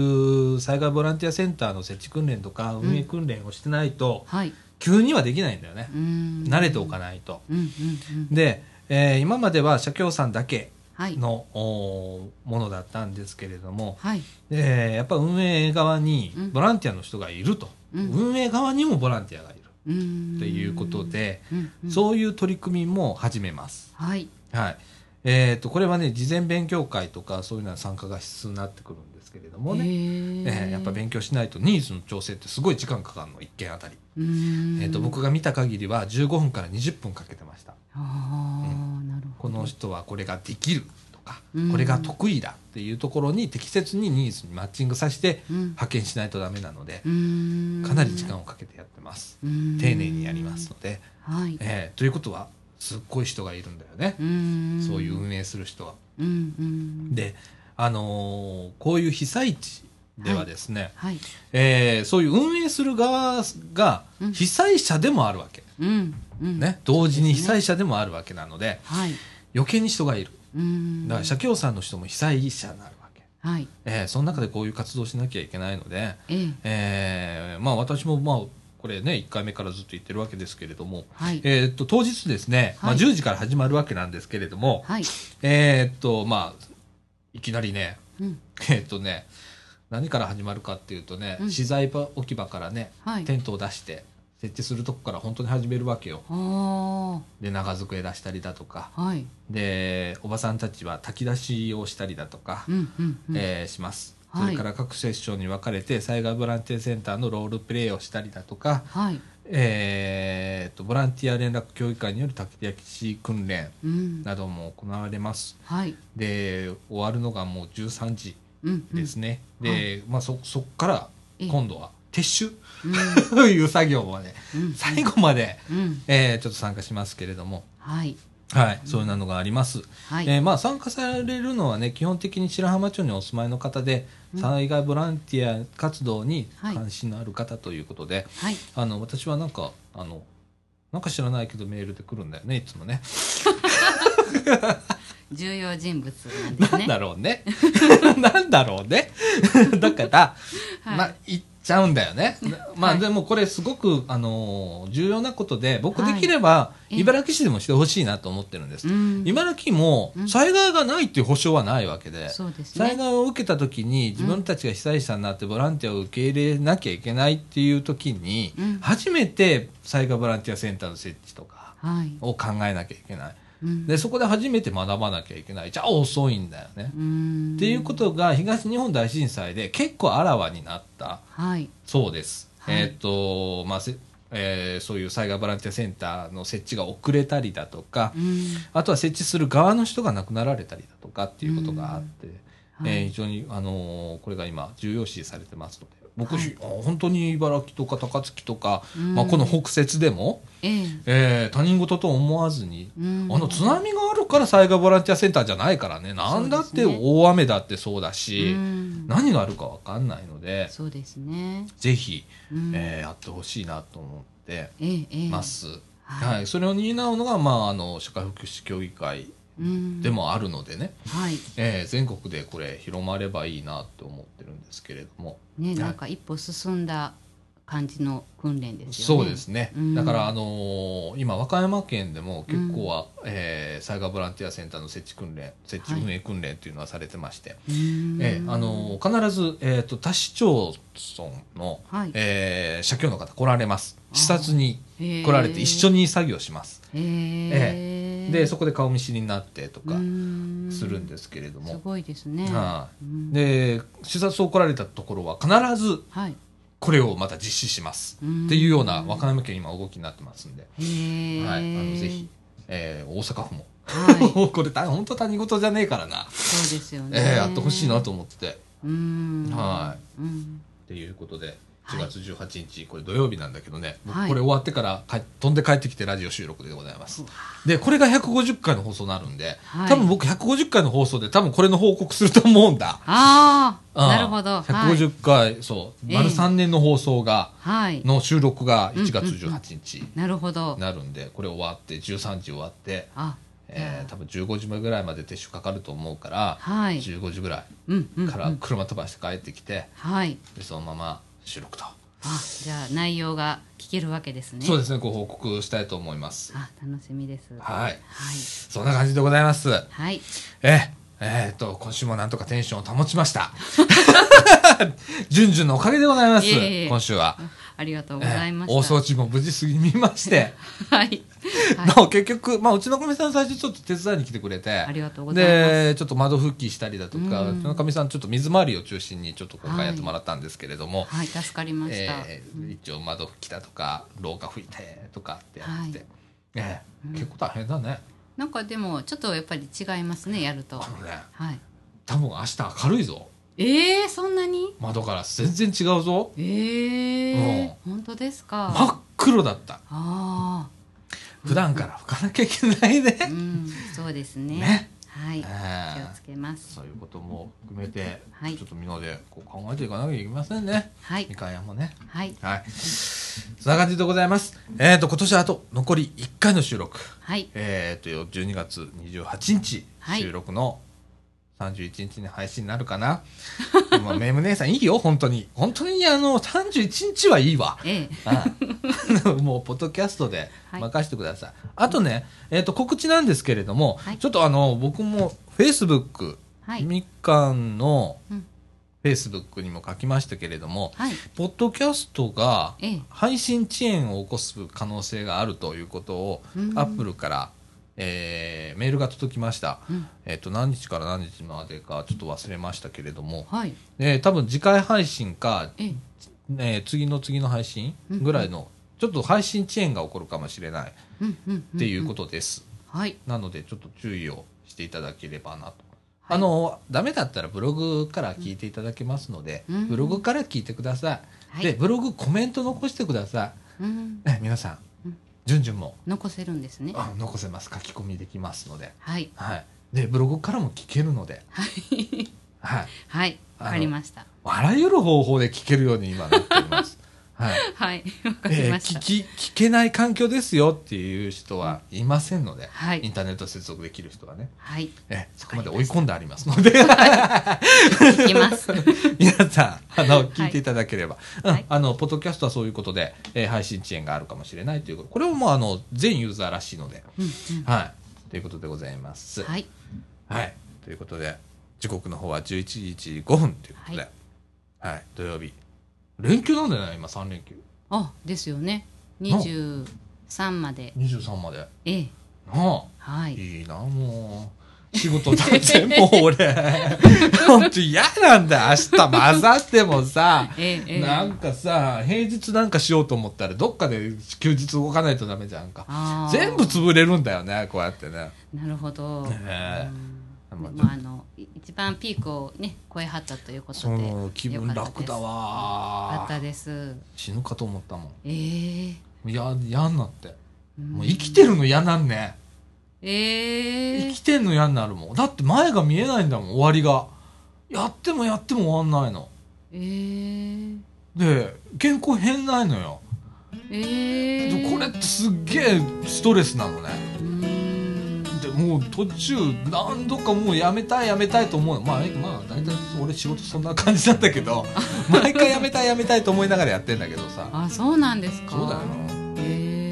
S1: う災害ボランティアセンターの設置訓練とか運営訓練をしてないと、
S2: はい。
S1: 急にはできないんだよね、
S2: うん。
S1: 慣れておかないと。
S2: うん。うん。うん。
S1: で、えー今までは社協さんだけ
S2: はい
S1: のおものだったんですけれども、
S2: はい
S1: でやっぱ運営側に
S2: うん
S1: ボランティアの人がいると、
S2: うん
S1: 運営側にもボランティアがいる
S2: うん
S1: ということで、
S2: うんうん
S1: そういう取り組みも始めます。
S2: はい
S1: はいえー、とこれはね事前勉強会とかそういうのは参加が必須になってくるんですけれどもね、え
S2: ね
S1: ーやっぱ勉強しないとニーズの調整ってすごい時間かかるの1件あたり、え
S2: え
S1: ー、と僕が見た限りは15分から20分かけてました
S2: ああなるほ
S1: こ
S2: ど
S1: の人はこれができるとか、
S2: うん
S1: これが得意だっていうところに適切にニーズにマッチングさせて
S2: うん
S1: 派遣しないとダメなので、
S2: うん
S1: かなり時間をかけてやってます、
S2: うん
S1: 丁寧にやりますので、
S2: はい
S1: えーということはすっごい人がいるんだよね、
S2: うん
S1: そういう運営する人は。
S2: うんうん
S1: で、あのーこういう被災地ではですね、
S2: はい
S1: えーそういう運営する側が
S2: うん
S1: 被災者でもあるわけ、
S2: うんうん
S1: ね、同時に被災者でもあるわけなので
S2: はい
S1: 余計に人がいる
S2: うん
S1: だから社協さんの人も被災者になるわけ、
S2: はい
S1: えーその中でこういう活動しなきゃいけないので、
S2: ええ
S1: えーまあ、私もまあこれね1回目からずっと言ってるわけですけれども、
S2: はい
S1: えーっと当日ですね、ま
S2: はい
S1: あ、10時から始まるわけなんですけれども、
S2: はい
S1: えーっとまあいきなりね
S2: うん
S1: えーっとね何から始まるかっていうとね、
S2: うん
S1: 資材置き場からね
S2: はい
S1: テントを出して設置するとこから本当に始めるわけよ
S2: あ
S1: で長机出したりだとか
S2: あはい
S1: でおばさんたちは炊き出しをしたりだとか
S2: う、んうんうん
S1: えーします、
S2: はい
S1: それから各セッションに分かれて災害ボランティアセンターのロールプレイをしたりだとか、
S2: はい
S1: えーっとボランティア連絡協議会による炊き出し訓練
S2: うん
S1: なども行われます
S2: はい
S1: で終わるのがもう13時
S2: うんうん
S1: ですね、で、まあ、そそっから
S2: ええ
S1: 今度は撤収
S2: うん
S1: という作業まで
S2: うん
S1: 最後まで、
S2: うん
S1: えーちょっと参加しますけれども、
S2: はい
S1: はい、そういうのがあります、
S2: はい
S1: えーまあ、参加されるのはね基本的に白浜町にお住まいの方で災害ボランティア活動に
S2: はい
S1: 関心のある方ということで、
S2: はい
S1: あの私はなんかあのなんか知らないけどメールで来るんだよねいつもね
S2: 重要人物なんです
S1: なん
S2: ね
S1: だろうね なんだろうね だから、
S2: はい
S1: まあ言っちゃうんだよねまあ、
S2: はい
S1: でもこれすごくあの重要なことで僕
S2: は
S1: で
S2: い
S1: きれば
S2: ええ
S1: 茨城市でもしてほしいなと思ってるんです、
S2: うん
S1: 茨城も
S2: うん
S1: 災害がないっていう保証はないわけで、
S2: そうです
S1: 災
S2: ね
S1: 害を受けた時に自分たちが被災者になってボランティアを受け入れなきゃいけないっていう時に、
S2: うん
S1: 初めて災害ボランティアセンターの設置とか
S2: はい
S1: を考えなきゃいけない
S2: うん
S1: でそこで初めて学ばなきゃいけないじゃあ遅いんだよね、
S2: うん
S1: っていうことが東日本大震災で結構あらわになった
S2: はい
S1: そうです、
S2: はい
S1: えーっとまあせえーそういう災害ボランティアセンターの設置が遅れたりだとか、
S2: うん
S1: あとは設置する側の人が亡くなられたりだとかっていうことがあって、
S2: うんはい
S1: えー非常に、あのーこれが今重要視されてますので僕、
S2: はい
S1: ひあ本当に茨城とか高槻とか、
S2: うん
S1: まあ、この北摂でも、
S2: ええ
S1: えー他人事と思わずに、
S2: うん
S1: あの津波があるから災害ボランティアセンターじゃないからねなんだって大雨だってそうだし
S2: うん
S1: 何があるか分かんないので
S2: そうですね
S1: ぜひ、
S2: うん
S1: えーやってほしいなと思って
S2: ええええ
S1: ます。
S2: はい
S1: はい、それを担うのが、まあ、あの社会福祉協議会
S2: うん
S1: でもあるのでね、
S2: はい
S1: えー全国でこれ広まればいいなって思ってるんですけれども、
S2: ね
S1: い
S2: なんか一歩進んだ感じの訓練ですよね
S1: そうですね、
S2: うん
S1: だから、あのー今和歌山県でも結構は、えー災害ボランティアセンターの設置訓練設置
S2: はい
S1: 運営訓練っていうのはされてまして、
S2: うん
S1: えーあのー必ず、えー、と多市町村の、
S2: はい
S1: えー社協の方来られます視察に来られて一緒
S2: に
S1: に作業します、
S2: え
S1: でそ
S2: そ
S1: こで顔見知りになってとかするんですすけれど
S2: す
S1: も、
S2: ごいですね
S1: はい
S2: うん
S1: で視察を来られたところは必ず
S2: はい
S1: これをまた実施します
S2: うん
S1: っていうような和歌山県今動きになってますんで、
S2: へえ
S1: はい、あのぜひ、えー大阪府も、
S2: は
S1: これた本当他人事じゃねえからな、
S2: いそうですよ
S1: え
S2: ね
S1: ーやってほしいなと思っててっ
S2: うん
S1: はい
S2: うん
S1: ていうことで
S2: はい
S1: 1月18日、これ土曜日なんだけどね、僕
S2: はい
S1: これ終わってから帰飛んで帰ってきてラジオ収録でございます
S2: うわ
S1: でこれが150回の放送になるんで、
S2: はい
S1: 多分僕150回の放送で多分これの報告すると思うんだ
S2: ああ
S1: うん
S2: なるほどはい
S1: 150回、そう
S2: ええ
S1: 丸3年の放送が、
S2: はい
S1: の収録が1月18日、
S2: なるほど
S1: なるんでこれ終わって13時終わって、
S2: あ
S1: えー多分15時ぐらいまで撤収かかると思うから、
S2: はい
S1: 15時ぐら
S2: うんう
S1: い
S2: ん
S1: から車飛ばして帰ってきて、
S2: はい
S1: でそのまま収録と
S2: あじゃあ内容が聞けるわけですね
S1: そうですねご報告したいと思います
S2: あ楽しみです
S1: はい
S2: はい
S1: そんな感じでございます
S2: はい
S1: ええーっと今週もなんとかテンションを保ちました ジュンジュンのおかげでございます
S2: いえいえ
S1: 今週は、
S2: ありがとうございました、
S1: えー大掃除も無事過ぎ見まして
S2: はいはい
S1: なお結局、まあ、うちのかみさん最初ちょっと手伝いに来てくれて
S2: ありがとうございます
S1: でちょっと窓拭きしたりだとか、
S2: う
S1: うんちのかみさんちょっと水回りを中心にちょっと今回やってもらったんですけれども、
S2: はい助かりました、
S1: えー一応窓拭きだとか廊下拭いてとかってやってて、
S2: はい
S1: ええ
S2: うん
S1: 結構大変だね
S2: なんかでもちょっとやっぱり違いますねやると
S1: あのね
S2: はい
S1: 多分明日明るいぞ
S2: えー、そんなに
S1: 窓から全然違うぞ
S2: えー
S1: うん
S2: 本当ですか、
S1: 真っ黒だった
S2: あ
S1: 普段から拭かなきゃいけないね
S2: あ、うん、そうですね
S1: ね
S2: はい、
S1: ええ
S2: 気をつけます
S1: そういうことも含めて、
S2: はい
S1: ちょっとみんなでこう考えていかなきゃいけませんね
S2: はい
S1: みかん屋もね
S2: はい
S1: はい。そんな感じでございます。えっ、と、今年あと残り1回の収録。
S2: はい
S1: えっ、と、12月28日
S2: はい
S1: 収録の31日に配信になるかな。 まあ、メム姉さんいいよ、本当に。本当に、あの、31日はいいわ。
S2: ええ
S1: うんもう、ポッドキャストで任せてください。あとね、えっ、と、告知なんですけれども、
S2: はい
S1: ちょっとあの、僕も Facebook、
S2: はい
S1: みかんの
S2: うん、
S1: Facebook にも書きましたけれども、
S2: はい
S1: ポッドキャストが
S2: ええ
S1: 配信遅延を起こす可能性があるということを
S2: うん
S1: アップルから、えーメールが届きました、
S2: うん
S1: えっと何日から何日までかちょっと忘れましたけれども、
S2: はい
S1: えー多分次回配信か、
S2: ええ
S1: えー次の次の配信ぐらいの、ちょっと配信遅延が起こるかもしれない
S2: うんうん
S1: っていうことです、
S2: はい
S1: なのでちょっと注意をしていただければなと。
S2: はい
S1: あのダメだったらブログから聞いていただけますので、
S2: うん
S1: ブログから聞いてください、
S2: はい
S1: でブログコメント残してください
S2: うん
S1: ね皆さ
S2: うんん、
S1: じゅんじゅんも
S2: 残せるんですね
S1: あ残せます。書き込みできますので。
S2: はい
S1: はい。で、ブログからも聞けるので。はい。
S2: はい
S1: あの
S2: わかりました
S1: あらゆる方法で聞けるように今なってい ます。はい。
S2: はいわかり
S1: えー
S2: まし
S1: 聞
S2: た、
S1: き、聞けない環境ですよっていう人はいませんので、
S2: はい
S1: インターネット接続できる人はね、
S2: はい
S1: えーそこまで追い込んでありますので、
S2: 聞きます
S1: 皆さん、あの、聞いていただければ、
S2: はい
S1: うん、あの、ポッドキャストはそういうことで、えー配信遅延があるかもしれないということ、これももうあの、全ユーザーらしいので、
S2: うん
S1: はい、ということでございます。
S2: うんはい
S1: はい。ということで、時刻の方は11時5分ということで、
S2: は
S1: はいい、土曜日。連休なんだよね、今3連休。
S2: あですよね23まで
S1: 23まで。な
S2: ええ
S1: あ、
S2: はい
S1: いいな、もう。仕事だって、もう 俺。ほんと嫌なんだよ、明日も明後日もさ。
S2: ええええ
S1: なんかさ、平日なんかしようと思ったら、どっかで休日動かないとダメじゃんか。
S2: あー
S1: 全部潰れるんだよね、こうやってね。
S2: なるほど、
S1: ねえ
S2: うん
S1: まあ
S2: まああのい一番ピークをね超えはったということで
S1: その気
S2: よ
S1: 分
S2: かった
S1: 楽だ
S2: ですよ
S1: わ
S2: かったです
S1: 死ぬかと思ったもん。
S2: ええ
S1: いや、嫌になって。
S2: うん
S1: もう生きてるの嫌なんね。
S2: ええ
S1: 生きてんの嫌になるもん。だって前が見えないんだもん、終わりが。やってもやっても終わんないの。
S2: ええ
S1: で、健康変ないのよ。
S2: え
S1: で
S2: え
S1: これってすっげえストレスなのね。
S2: うん
S1: で、もう途中何度かもうやめたいやめたいと思うの。まあ、まあ、大体俺仕事そんな感じなんだけ ど、毎回やめたいやめたいと思いながらやってんだけどさ。
S2: あそうなんですか
S1: そうだよな。
S2: ええ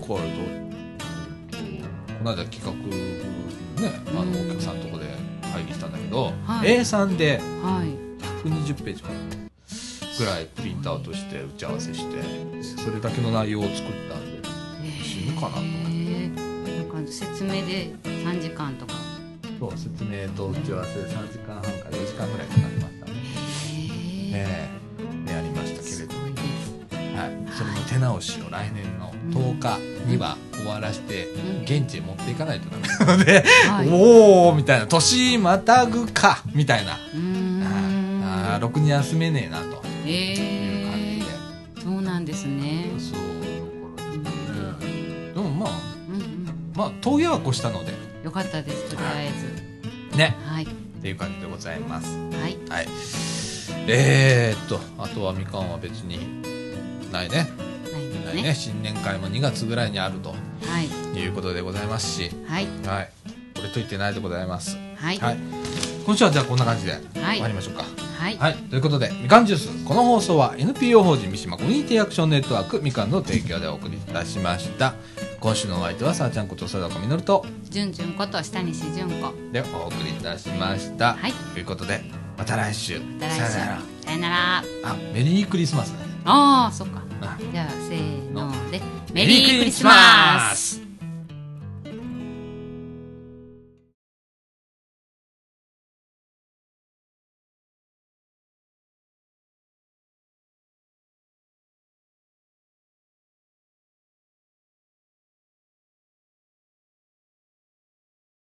S1: 今回と、この間企画ね、あのお客さんのとこで会議したんだけど、
S2: はい
S1: A3 で
S2: はい
S1: 120ページかなぐらいプリントアウトして打ち合わせしてそれだけの内容を作ったんで死ぬかなと
S2: ええなんか説明で3時間とか
S1: 今日説明と打ち合わせ3時間半から4時間ぐらいかかりましたね
S2: ええ
S1: ええやりましたけ
S2: す
S1: れど
S2: ごいです
S1: はい、それの手直しを来年の10日には終わらして
S2: うん
S1: 現地へ持っていかないとダメなので、
S2: はい
S1: おおみたいな年またぐかみたいな、
S2: うーん
S1: ああろくに休めねえなという感
S2: え
S1: じで、
S2: ー、そうなんですね。
S1: そうだから
S2: うん
S1: でもまあ
S2: うんうん、
S1: まあ峠は越したので
S2: よかったです。とりあえず、
S1: ね
S2: はい
S1: っていう感じでございます
S2: はい
S1: はいえー、っとあとはみかんは別にないね
S2: ないで
S1: ない
S2: す
S1: ね新
S2: ね。
S1: 年会も2月ぐらいにあると
S2: はい
S1: いうことでございますし
S2: はい
S1: はいこれと言ってないでございます
S2: はい
S1: は
S2: はい
S1: 今週はじゃあこんな感じで
S2: い
S1: 終わりましょうか、
S2: いはい、
S1: はい、ということで、みかんジュース、この放送は NPO 法人三島コミュニティアクションネットワークみかんの提供でお送りいたしました。今週のお相手は、さあちゃんこと貞子みのると、
S2: じゅんじゅんこと下西じゅんこ
S1: でお送りいたしました。
S2: はい
S1: ということで、また来週。
S2: また来週
S1: さよなら。
S2: さよなら
S1: あ、メリークリスマスね。
S2: ああそっか
S1: あ
S2: じゃあせーので
S1: メ
S2: メリークリスマス
S1: ス